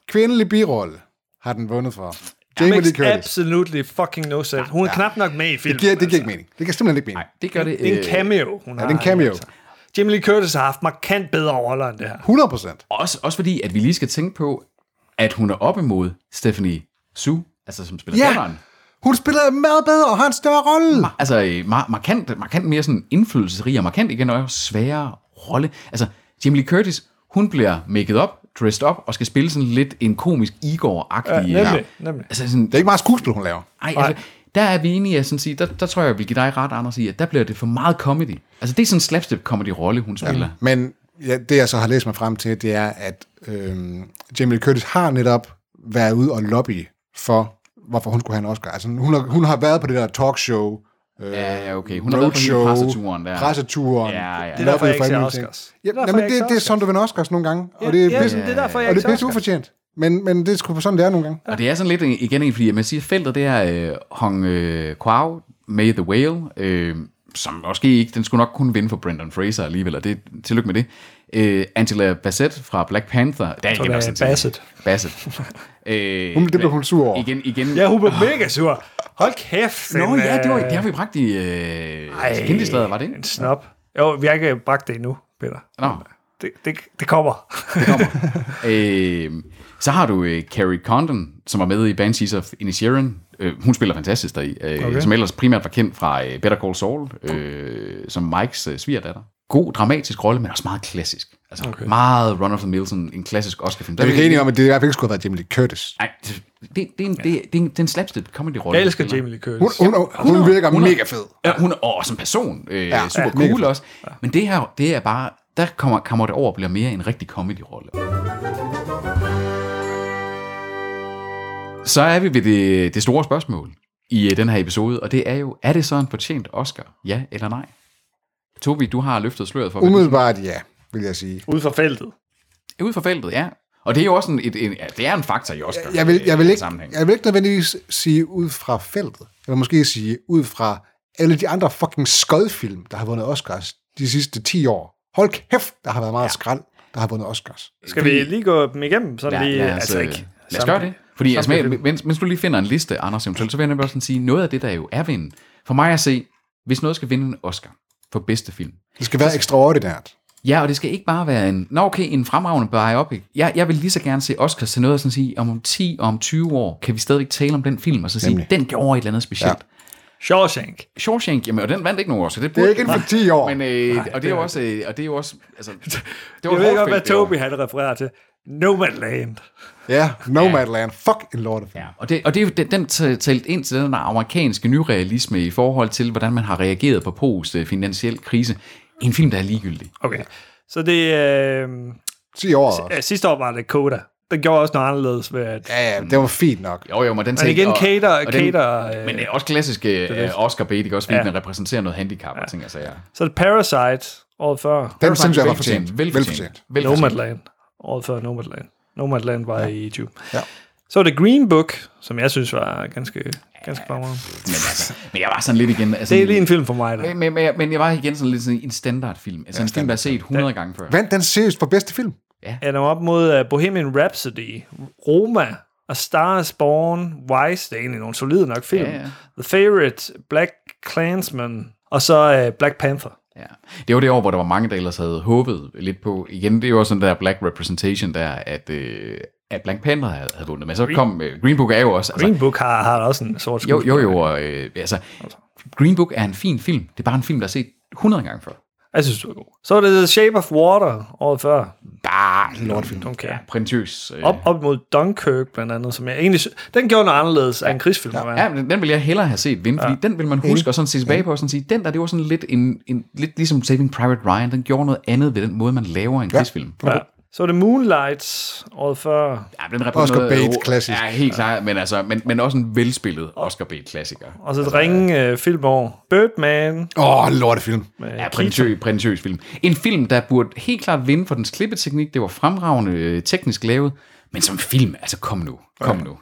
S3: Kvindelig birolle har den vundet for. Jamie Lee
S1: Makes
S3: Curtis.
S1: absolutely fucking no sense. Hun er knap nok med i filmen. altså.
S3: Det giver, det giver ikke mening. Det kan simpelthen ikke mening.
S2: nej, det gør det.
S1: Det er en
S2: øh,
S1: cameo, hun
S3: Ja,
S1: har. altså.
S3: det er en cameo.
S1: Jimmy Lee Curtis har haft markant bedre roller end det her.
S3: 100 procent.
S2: Også, også fordi, at vi lige skal tænke på, at hun er op imod Stephanie Su, altså som spiller
S3: Ja.
S2: datteren.
S3: Hun spiller meget bedre og har en større rolle.
S2: Altså øh, mar- markant, markant mere sådan indflydelsesrig, og markant igen og sværere rolle. Altså, Jamie Lee Curtis, hun bliver maked up, dressed up, og skal spille sådan lidt en komisk Igor-agtig...
S1: Ja, nemlig, nemlig.
S2: Altså sådan,
S3: Det er ikke meget skuespil, hun laver.
S2: Ej, altså, der er vi enige, jeg sådan sige, der, der tror jeg, jeg vil give dig ret, Anders, i, at der bliver det for meget comedy. Altså, det er sådan en slapstick-comedy-rolle, hun spiller. Ja.
S3: Men ja, det, jeg så har læst mig frem til, det er, at øhm, Jamie Lee Curtis har netop været ude og lobby for, hvorfor hun skulle have en Oscar. Altså, hun har, hun har været på det der talkshow, øh,
S2: Ja, ja, okay. Hun har været på hele presseturen der.
S3: Presseturen.
S2: Ja, ja. Det er
S3: lobby
S1: derfor, jeg ikke
S3: for
S1: ser
S3: alle mulige
S1: Oscars.
S3: ting.
S1: Det er derfor,
S3: Ja, men
S1: jeg ikke ser
S3: det, det er
S1: Oscars.
S3: sådan, du vinder Oscars nogle gange. Og det er pisse,
S1: det er derfor, jeg
S3: og
S1: ikke
S3: det er
S1: ser
S3: pisse
S1: Oscar.
S3: ufortjent. Men, men det er sgu sådan, det er nogle gange.
S2: Og det er sådan lidt en- igen en, fordi man siger, feltet det er øh, Hong øh, Kwao, May the Whale, øh, som måske ikke, den skulle nok kun vinde for Brendan Fraser alligevel, og det, tillykke med det. Øh, Angela Bassett fra Black Panther. Der er
S1: tror,
S2: igen
S1: det
S2: også
S1: er
S2: en ting.
S1: Bassett. [laughs]
S2: Bassett. Øh,
S3: Hun- det blev hun sur over.
S2: Igen, igen.
S1: Ja, hun blev mega sur. Hold kæft.
S2: Nå
S1: en,
S2: ja, det var
S1: øh,
S2: derfor, vi bragte i øh, kendtislaget, var det
S1: En
S2: ikke?
S1: snop. Jo, vi har ikke bragt det endnu, Peter.
S2: Nå,
S1: Det, det, det kommer.
S2: det kommer. [laughs] øh, så har du øh, Carrie Condon, som var med i Banshees of Inisherin. Øh, hun spiller fantastisk deri, øh, okay. som ellers primært var kendt fra øh, Better Call Saul, øh, som Mikes øh, svigerdatter. God dramatisk rolle, men også meget klassisk. Altså okay. meget run of the mill, sådan en klassisk Oscar-film. Der
S3: Men vi
S2: er
S3: kan
S2: det-
S3: enige om, at det i hvert fald ikke skulle have været Jamie Lee Curtis.
S2: Nej, det, det, det, er en- det, det, er en- det er en slapstick comedy-rolle.
S1: Jeg elsker
S2: hun spiller.
S1: Jamie Lee Curtis.
S3: Hun, hun, hun, hun virker mega fed.
S2: Ja, hun er og som person øh,
S3: Ja,
S2: ja, super
S3: ja,
S2: ja,
S3: mega
S2: cool
S3: fed.
S2: også. Men det her, det er bare, der kommer, kommer det over og bliver mere en rigtig comedy-rolle. Så er vi ved det, det store spørgsmål i øh, den her episode, og det er jo, er det så en fortjent Oscar? Ja eller nej? Tobi, du har løftet sløret for, hvad du
S3: Umiddelbart ja, vil jeg sige.
S1: Ude fra feltet.
S2: synes. ud for feltet, ja. Og det er jo også en, et, en, ja, det er en faktor i Oscar.
S3: Jeg vil, jeg,
S2: øh,
S3: vil ikke,
S2: sammenhæng.
S3: jeg vil ikke nødvendigvis sige ud fra feltet. Jeg vil måske sige ud fra alle de andre fucking skodfilm, der har vundet Oscars de sidste 10 år. Hold kæft, der har været meget ja. skrald, der har vundet Oscars.
S1: Skal vi lige gå dem igennem? Sådan
S2: Ja,
S1: lige,
S2: lad os,
S1: altså
S2: øh,
S1: ikke.
S2: Lad os gøre det. Fordi altså,
S1: samtlige
S2: men- mens, mens du lige finder en liste, Anders eventuelt, så vil jeg nemlig også sådan sige, noget af det, der jo er vinden, for mig at se, hvis noget skal vinde en Oscar for bedste film,
S3: Det skal være ekstraordinært.
S2: ja, og det skal ikke bare være en, nå okay, en fremragende biopic. Jeg, jeg vil lige så gerne se Oscars til noget og sådan sige, om 10 og om 20 år, kan vi stadigvæk tale om den film, og så sige,
S3: Nemlig.
S2: den gjorde et eller andet specielt. Ja.
S1: Shawshank.
S2: Shawshank, jamen, og den vandt ikke nogen Oscar. Det,
S3: Det er
S2: burde
S3: ikke
S2: den.
S3: inden for 10 år.
S2: Men, øh, Nej, og det er jo også, øh, og det er jo også, altså, det var
S1: Jeg ved
S2: et
S1: godt,
S2: hårdt
S1: hvad
S2: felt, det var.
S1: Toby han refererer til. No Man Land.
S3: Ja, Nomadland. Fuck en lortefilm.
S2: Ja, og det, og det er jo den, den t- talt ind til den der amerikanske nyrealisme i forhold til, hvordan man har reageret på post øh, finansiel krise. En film, der er ligegyldig.
S1: Okay. Så det øh,
S3: 10 år
S2: øh,
S3: også.
S1: ja, sidste år var det Coda. Den gjorde også noget anderledes ved at...
S3: Ja,
S2: mm.
S3: ja, det var fint nok.
S2: Jo, jo, men den
S1: Men igen, cater- cater,
S2: den,
S1: øh,
S2: men det er også klassisk øh, Oscar bait, ikke også, fordi
S1: Ja.
S2: ja. den repræsenterer noget handicap og ting, altså ja.
S1: Så er det Parasite året før.
S3: Den synes jeg var fortjent.
S2: Velfortjent. Velfortjent.
S1: Nomadland. Året før Nomadland. Nomadland var ja. i 20.
S3: Ja.
S1: Så var det Green Book, som jeg synes var ganske, ganske fremragende.
S2: Men, altså, men jeg var sådan lidt igen... Altså,
S1: Det er lige en film for mig, der.
S2: Men, men, men, jeg- men jeg var igen sådan lidt sådan en standardfilm. Altså en film, der er set 100 gange før.
S3: Vandt den seriøst for bedste film?
S1: Jeg når op mod uh, Bohemian Rhapsody, Roma, A Star is Born, Wise, det er egentlig nogle solide nok film.
S2: Ja, ja.
S1: The Favorite, Black Klansman, og så uh, Black Panther.
S2: Ja. Det var det år, hvor der var mange, der ellers havde håbet lidt på. Igen, det var sådan der black representation der, at, øh, at Black Panther havde, havde vundet. Men så kom øh, Green Book er jo også...
S1: Green Book har, har også en sort
S2: jo, jo,
S1: skuespiller.
S2: jo. Og, øh, altså, Green Book er en fin film. Det er bare en film, der er set 100 gange før.
S1: Jeg synes, det var god. Altså, Så er det The Shape of Water året før.
S2: Bare
S1: Lortfilm. Okay. Ja.
S2: printøs. Øh.
S1: Op, op mod Dunkirk, blandt andet, som jeg egentlig... sy- Den gjorde noget anderledes ja. af en krigsfilm. Ja.
S2: Ja, men den vil jeg hellere have set vinde, fordi den vil man huske og sådan se tilbage på og sådan sige, den der, det var sådan lidt, en, en, lidt ligesom Saving Private Ryan, den gjorde noget andet ved den måde, man laver en krigsfilm.
S1: Ja. Så er det Moonlight året før.
S2: Ja, den
S3: Oscar
S2: repræsenterede
S3: Bates
S2: jo-
S3: klassisk.
S2: Ja, helt klart, men, altså, men, men også en velspillet Oscar Bates klassiker.
S1: Og så et ringe uh, filmår. Birdman.
S3: Åh, oh, lortefilm.
S1: øh,
S2: Ja, Printø, Printøs film. En film, der burde helt klart vinde for dens klippeteknik. Det var fremragende øh, teknisk lavet, men som film, altså kom nu, kom nu.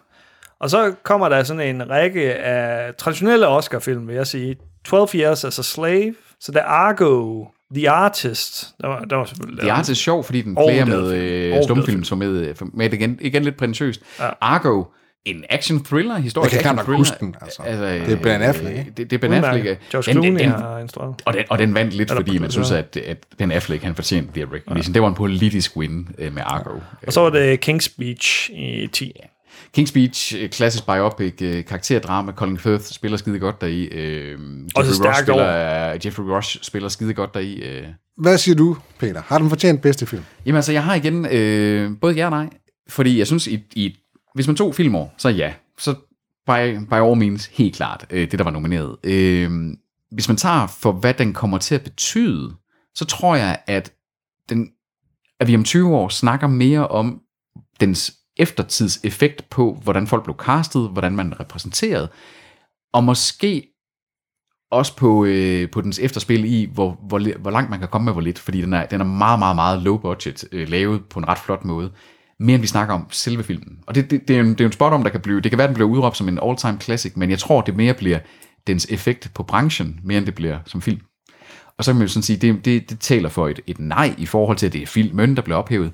S1: Og så kommer der sådan en række af traditionelle Oscar-film, vil jeg sige. 12 Years as a Slave, så der er Argo, The Artist. Der var, der var selvfølgelig...
S2: Det er altså sjovt, fordi den
S1: Overdrevet
S2: plager med
S1: film.
S2: øh,
S1: Overdrevet
S2: stumfilm,
S1: film.
S2: som med, øh, med igen, igen lidt printøst. Ja. Argo, en action thriller, historisk
S3: Jeg kan
S2: action
S3: knap nok
S2: thriller.
S3: huske den, altså. Det er Ben Affleck, ikke?
S2: øh, Det, det er Ben Affleck. ja.
S1: George
S2: Den- den-
S1: Clooney
S2: den-
S1: har instrueret.
S2: Og den, og den vandt lidt,
S1: Eller-
S2: fordi man synes, at, at Ben Affleck han fortjente det her recognition. Ja. Det var en politisk win øh, med Argo.
S1: Og så var det King's Speech i 10.
S2: King's Speech, øh, klassisk biopic, øh, karakterdrama. Colin Firth spiller skide godt deri. Øh, Jeffrey, Rush
S1: stærkt
S2: spiller, øh, Jeffrey Rush spiller skide godt deri. Øh.
S3: Hvad siger du, Peter? Har den fortjent bedste film?
S2: Jamen altså, jeg har igen øh, både ja og nej. Fordi jeg synes, i, i, hvis man tog filmår, så ja. Så by, by all means, helt klart, øh, det der var nomineret. Øh, hvis man tager for, hvad den kommer til at betyde, så tror jeg, at, den, at vi om 20 år snakker mere om dens eftertidseffekt på, hvordan folk blev castet, hvordan man repræsenteret, og måske også på, øh, på dens efterspil i, hvor, hvor, li- hvor langt man kan komme med hvor lidt, fordi den er, den er meget, meget, meget low budget, øh, lavet på en ret flot måde. Mere end vi snakker om selve filmen. Og det, det, det, er, jo en, det er jo en spot om, der kan blive, det kan være, den bliver udråbt som en all-time classic, men jeg tror, det mere bliver dens effekt på branchen, mere end det bliver som film. Og så kan man jo sådan sige, det, det, det taler for et, et nej i forhold til, at det er filmen, der blev ophævet.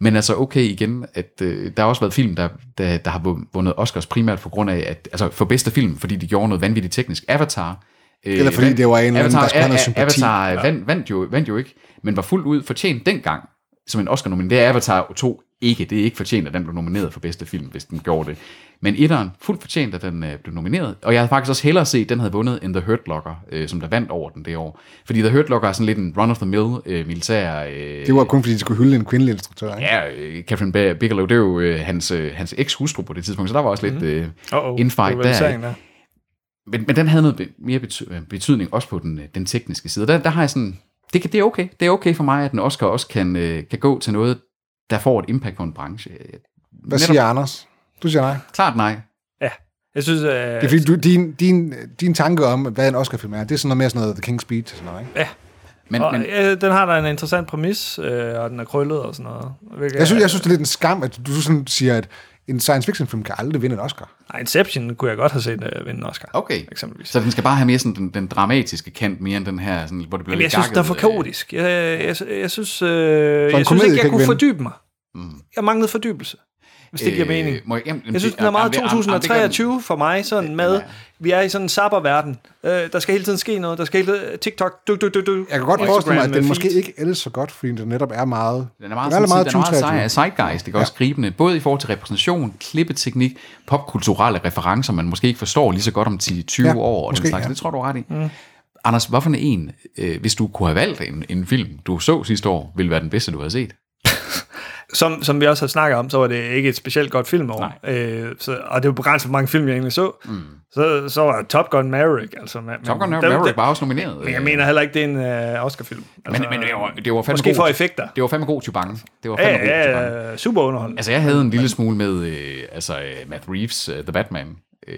S2: Men altså okay igen, at øh, der har også været film, der, der, der har vundet Oscars primært på grund af, at, altså for bedste film, fordi de gjorde noget vanvittigt teknisk. Avatar. Øh,
S3: Eller fordi
S2: vand-
S3: det var en eller anden, der skulle have noget
S2: A- A-
S3: sympati.
S2: Avatar ja. vandt, vandt, jo, vandt jo ikke, men var fuldt ud fortjent dengang som en oscar nominering Det er Avatar 2 ikke. Det er ikke fortjent, at den blev nomineret for bedste film, hvis den gjorde det. Men etteren, fuldt fortjent, at den øh, blev nomineret. Og jeg havde faktisk også hellere set, at den havde vundet end The Hurt Locker, øh, som der vandt over den det år. Fordi The Hurt Locker er sådan lidt en run-of-the-mill øh, militær... Øh,
S3: Det var kun, fordi de skulle hylde en kvindelig instruktør, ikke?
S2: Ja, øh, Catherine Ba- Bigelow, det er jo øh, hans, øh, hans eks-hustru på det tidspunkt, så der var også lidt øh,
S1: Mhm. Uh-oh,
S2: infight der.
S1: rivalisering
S2: ikke? Men, men den havde noget be- mere bety- øh, betydning også på den, øh, den tekniske side. Og Der, der har jeg sådan, det, kan, det er okay. Det er okay for mig, at en Oscar også kan, øh, kan gå til noget, der får et impact på en branche. Øh,
S3: Hvad siger Anders? Du siger nej.
S2: Klart nej.
S1: Ja, jeg synes... Øh,
S3: Det er fordi, du, din, din, din tanke om, hvad en Oscar-film er, det er sådan noget mere sådan noget The King's Speech og sådan noget, ikke?
S2: Men,
S1: og,
S2: men,
S1: øh, den har da en interessant præmis, øh, og den er krøllet og sådan noget. Hvilket,
S3: Jeg synes, jeg synes det er lidt en skam, at du sådan siger, at en science fiction-film kan aldrig vinde en Oscar.
S1: Nej, Inception kunne jeg godt have set øh, vinde en Oscar.
S2: okay.
S1: Eksempelvis.
S2: Så den skal bare have mere sådan den, den dramatiske kant, mere end den her, sådan, hvor det bliver
S1: Jamen, jeg
S2: lidt
S1: synes, den er for
S2: gakket, øh.
S1: kaotisk. Jeg, jeg, jeg synes, øh, jeg synes
S3: komedie
S1: ikke,
S3: kan
S1: jeg kunne
S3: ikke vinde.
S1: fordybe mig. Mm. Jeg manglede fordybelse, hvis det giver mening.
S2: Øh, må jeg- jamen,
S1: Jeg synes,
S2: det-
S1: den er meget
S2: jamen, det- jamen, det gør den.
S1: 2023 for mig, sådan med, vi er i sådan en sabberverden. Øh, der skal hele tiden ske noget. Der skal hele tiden, TikTok, du, du, du, du.
S3: Jeg kan godt
S1: Instagram,
S3: forestille mig, at den
S1: øh,
S3: måske
S1: feed.
S3: ikke ældes så godt, fordi den netop er meget...
S2: Den er meget, sådan, meget, den er meget sej,
S3: 2023.
S2: zeitgeist, ikke? Ja. også gribende, både i forhold til repræsentation, klippeteknik, popkulturelle referencer, man måske ikke forstår lige så godt om 10-20
S3: Ja,
S2: ja, år, og
S3: måske,
S2: den slags.
S3: ja.
S2: Ja. Det tror du er ret i. Mm. Anders, hvad for en, øh, hvis du kunne have valgt en, en film, du så sidste år, ville være den bedste, du havde set?
S1: som, som vi også har snakket om, så var det ikke et specielt godt filmår.
S2: Nej.
S1: Øh, så, og det var begrænset, hvor mange film jeg egentlig så. Mm. Så, så var Top Gun Maverick. Altså, men,
S2: Top Gun
S1: men-
S2: Maverick var også nomineret.
S1: Men jeg
S2: øh,
S1: mener heller ikke, det er en øh, Oscar-film.
S2: men, men det var, det var fandme
S1: Måske
S2: god,
S1: for effekter.
S2: Det var fandme god Chubange. Det var
S1: Ja,
S2: fandme god Chubange.
S1: ja, ja, super underholdende.
S2: Altså, jeg havde en lille smule med øh, altså, øh, Matt Reeves' øh, The Batman. Øh,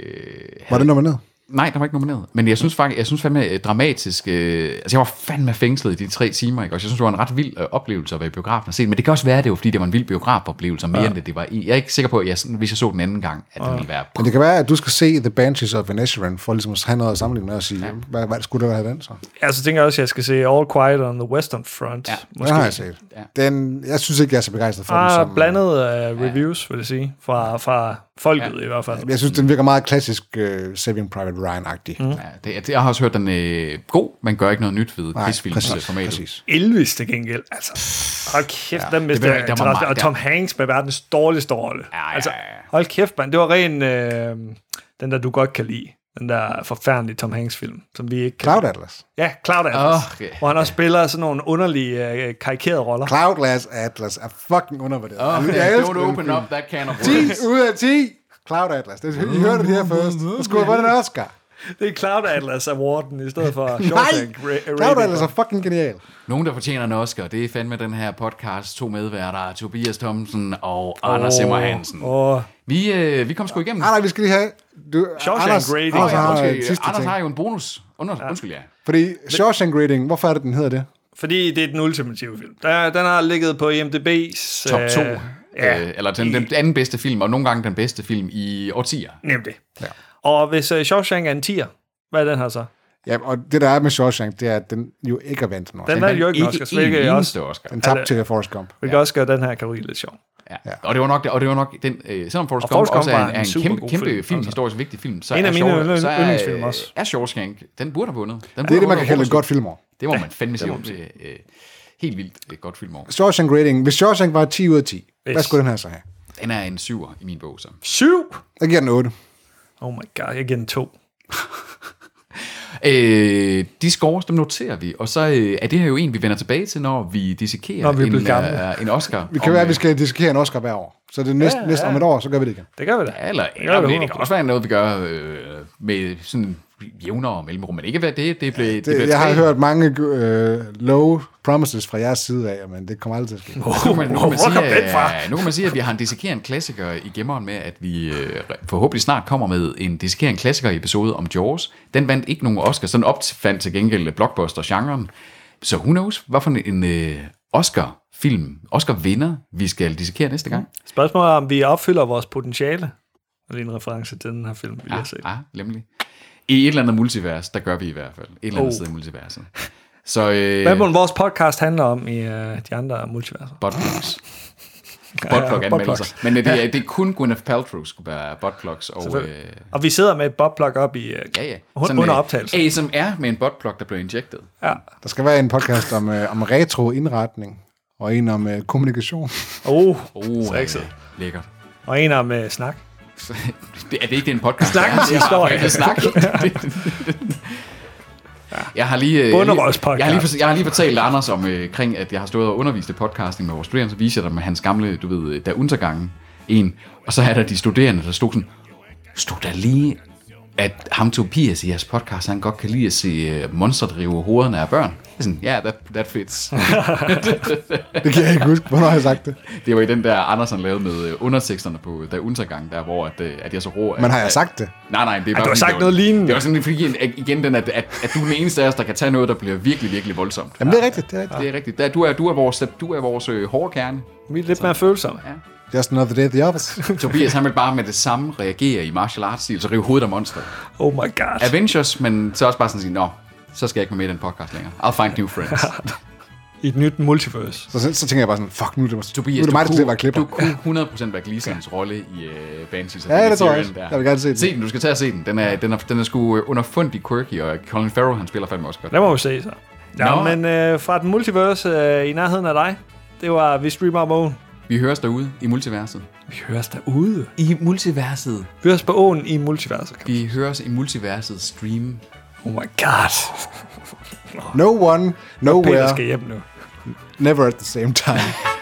S3: Var den nomineret?
S2: Nej, der var ikke nomineret. Men jeg synes faktisk, jeg synes fandme øh, dramatisk, øh, altså jeg var fandme fængslet i de tre timer, ikke? Og jeg synes, det var en ret vild øh, oplevelse at være i biografen og se den. Men det kan også være, at det var, fordi det var en vild biografoplevelse, mere ja. end det, det var i. Jeg er ikke sikker på, at jeg, sådan- hvis jeg så den anden gang, at den ville være...
S3: Men det kan være, at du skal se The Banshees of Inisherin, for ligesom at have noget at sammenligne med og sige, hvad, hvad skulle der have den så?
S1: Ja, så tænker jeg også, at jeg skal se All Quiet on the Western Front.
S2: Altså- Ja.
S3: Den har jeg set. Den, jeg synes ikke, jeg er så begejstret for den.
S1: Fra
S3: Som,
S1: blandet uh, reviews, vil jeg sige. Fra, fra folket ja. i hvert fald.
S3: Jeg synes, den virker meget klassisk uh, Saving Private Ryan-agtig. Mm.
S2: Ja, det, det, jeg har også hørt, den er øh, god, man gør ikke noget nyt ved altså, krigsfilmsformatet.
S3: præcis.
S1: Elvis til gengæld, altså. Hold kæft, ja, den mistede
S2: ved
S1: jeg
S2: jeg ikke, der var
S1: interesse.
S2: meget-
S1: Og
S2: der-
S1: Tom Hanks med verdens dårligste rolle.
S2: ja,
S1: Altså,
S2: ja, ja.
S1: hold kæft, mand. Det var ren øh, den der, du godt kan lide. Den der forfærdelige Tom Hanks-film, som vi ikke kan...
S3: Cloud Atlas.
S1: Ja, Cloud Atlas.
S2: Åh, ja.
S1: Hvor han også spiller sådan nogle underlige, øh, karikerede roller.
S3: Cloud Atlas Atlas er fucking undervurderet. Altså,
S2: Oh,
S3: jeg elsker
S2: don't
S3: den
S2: open
S3: film.
S2: up that can of
S3: 10
S2: worms.
S3: ud af 10. Cloud Atlas. Det, I hørte det her først. Så skulle jeg få den Oscar.
S1: Det er Cloud Atlas Awarden i stedet for
S3: [laughs] Nej!
S1: Shawshank Ra-
S3: Cloud
S1: Ra-
S3: Atlas er fucking genial.
S2: Nogen, der fortjener en Oscar, det er fandme den her podcast, to medværter, Tobias Thomsen og Anders Simmer Hansen.
S1: Åh,
S2: Vi, øh, vi kom sgu igennem.
S3: Ah, Nej, nej, vi skal lige have... Du,
S1: Shawshank
S3: Anders,
S1: Rating.
S3: Anders,
S2: Ja,
S3: har, øh,
S2: undskyld,
S3: sidste
S2: Anders
S3: ting.
S2: har jo en bonus. Under, ja. Undskyld, ja.
S3: Fordi Shawshank Rating, hvorfor er det, den hedder det?
S1: fordi det er den ultimative film. Der, den har ligget på IMDb's...
S2: Top 2.
S1: Øh,
S2: ja. øh, eller den, den anden bedste film, og nogle gange den bedste film i årtier.
S1: nemlig. Ja. Og hvis øh, Shawshank er en 10'er, hvad er den her så?
S3: Ja, og det, der er med Shawshank, det er, at den jo ikke er vandt noget.
S1: Den,
S3: Den,
S1: den vandt jo ikke en
S2: ikke
S1: Oscars,
S2: en
S1: hvilket også,
S2: eneste Oscar.
S3: den tabte til Forrest Gump.
S1: hvilket også gør den her kategori lidt sjov.
S2: Ja. Og det var nok, og det var nok den, øh, selvom Forrest
S1: Og
S2: Gump
S1: Forrest
S2: også
S1: Gump
S2: er
S1: var
S2: en,
S1: en
S2: er en
S1: super
S2: kæmpe,
S1: god
S2: kæmpe
S1: film,
S2: film,
S1: altså.
S2: historisk vigtig film, så
S1: En
S2: er,
S1: af mine
S2: Shaw-
S1: yndlings-
S2: så
S1: yndlingsfilm
S2: er, øh,
S1: også.
S2: er Shawshank, den burde have vundet. Den
S3: Det
S2: burde
S3: er det, man
S2: have
S3: kan kalde
S2: vundet
S3: et godt filmår.
S2: Det må man fandme sige om til. Øh, helt vildt et godt film over.
S3: Shawshank Rating, hvis Shawshank var 10 ud af 10, hvad
S1: Yes.
S3: skulle den her så have?
S2: Den er en syver i min bog, så.
S1: Syv!
S3: Jeg giver den 8.
S1: Oh my god, jeg giver den to.
S2: Øh, de scores, dem noterer vi, og så øh, er det her jo en, vi vender tilbage til, når vi dissekerer
S1: Når vi er
S2: en,
S1: blevet gamle.
S2: øh, en Oscar.
S3: Det kan være, at vi skal diskutere en Oscar hver år. Så det er næste, ja, næste om et år, så gør vi det igen.
S1: Det gør vi da.
S2: Ja, eller,
S1: gør
S2: eller
S1: vi
S2: det, det kan
S1: 100%.
S2: også være noget, vi gør øh, med sådan jævnere mellemrum, men ikke hvad det, det blev, det, blev
S3: Det, jeg har
S2: tre.
S3: hørt mange øh, low promises fra jeres side af, men det kommer aldrig til at ske.
S2: Nu kan man, nu
S1: Hvor
S2: kan man
S1: kom
S2: sige,
S1: den fra?
S2: at, nu kan man sige, at vi har en dissekerende klassiker i gemmeren med, at vi øh, forhåbentlig snart kommer med en dissekerende klassiker episode om Jaws. Den vandt ikke nogen Oscar, så den opfandt til gengæld blockbuster-genren. Så who knows, hvad for en øh, Oscar-film, Oscar-vinder, vi skal dissekere næste gang.
S1: Spørgsmålet er, om vi opfylder vores potentiale. Og det er en reference til den her film,
S2: Ah,
S1: vi lige har set.
S2: Ja, nemlig. I et eller andet multivers, der gør vi i hvert fald. Et eller andet
S1: Oh.
S2: sted i multiverset. Så, øh,
S1: Hvad må vores podcast handler om i øh, de andre multiverser?
S2: Buttplugs.
S1: Ja,
S2: Buttplug-anmeldelser.
S1: buttplugs.
S2: Men øh, det, er, det er kun Gwyneth Paltrow, skulle være buttplugs. Og, øh,
S1: Selvfølgelig. Og vi sidder med et bobplug op i øh,
S2: ja, ja.
S1: Sådan, under optagelse.
S2: Øh, ASMR med en buttplug, der blev injected.
S3: Der skal være en podcast om, øh, om retro-indretning, og en om øh, kommunikation. [laughs]
S1: Oh,
S2: Oh,
S1: Sexet.
S2: lækkert.
S1: og en om øh, snak.
S2: Så- [laughs] det, er det ikke den podcast?
S1: Snakkens
S2: det er?
S1: historie.
S2: Ja, snak. [laughs] Jeg har lige, øh,
S1: Bonderøvspodcast.
S2: jeg, har lige, jeg har lige fortalt Anders om, øh, kring, at jeg har stået og undervist i podcasting med vores studerende, så viser jeg dem hans gamle, du ved, øh, der undergangen en, og så er der de studerende, der stod sådan, stod der lige, at ham Tobias i jeres podcast, han godt kan lide at se øh, monster drive hovederne af børn. Jeg er Sådan, ja, yeah, that, that fits. [laughs]
S3: Det kan jeg ikke huske, hvornår har jeg sagt det.
S2: det var i den der, Andersen lavede med øh, underteksterne på der undergang, der hvor at, øh, at jeg så rå. at-
S3: Men har jeg
S2: at-
S3: sagt det?
S2: Nej, nej, det er bare...
S1: du har
S2: fordi,
S1: sagt
S2: det var-
S1: noget lignende.
S2: Det var sådan, fordi igen- igen den, at, at, at du er den eneste af os, der kan tage noget, der bliver virkelig, virkelig voldsomt.
S3: Jamen, det er rigtigt, det er rigtigt.
S2: Det er rigtigt. Der, du, er, du er vores, du er vores øh, hårde kerne.
S1: Vi er lidt mere følsomme.
S3: Just another day at the office.
S2: Tobias, han vil bare med det samme reagere i martial arts stil, så rive hovedet af monster.
S1: Oh my god.
S2: Avengers, men så også bare sådan sige, nå, så skal jeg ikke være med i den podcast længere. I'll find new friends.
S1: I et nyt multiverse.
S3: Så, så tænker jeg bare sådan, fuck, nu er det, nu
S2: Tobias,
S3: er det mig,
S2: du,
S3: der skal til at være
S2: kunne,
S3: klipper.
S2: du kunne 100% være Gleasons rolle i uh, Banshees. of
S3: Ja, det tror jeg
S2: Inisherin
S3: også. Jeg vil gerne se den.
S2: Se den, du skal tage og se den. Den er, den er, den er sgu øh, underfundig quirky, og Colin Farrell, han spiller fandme også godt.
S1: Lad mig jo se så.
S2: Nå.
S1: Ja, men øh, fra et multiverse øh, i nærheden af dig, det var Vi Streamer om åen.
S2: Vi høres derude i multiverset.
S1: Vi høres derude.
S2: I multiverset.
S1: Vi høres på åen i multiverset.
S2: Vi høres i multiverset stream.
S1: Oh my god.
S3: No one,
S1: Peter
S3: nowhere,
S1: skal hjem nu.
S3: never at the same time.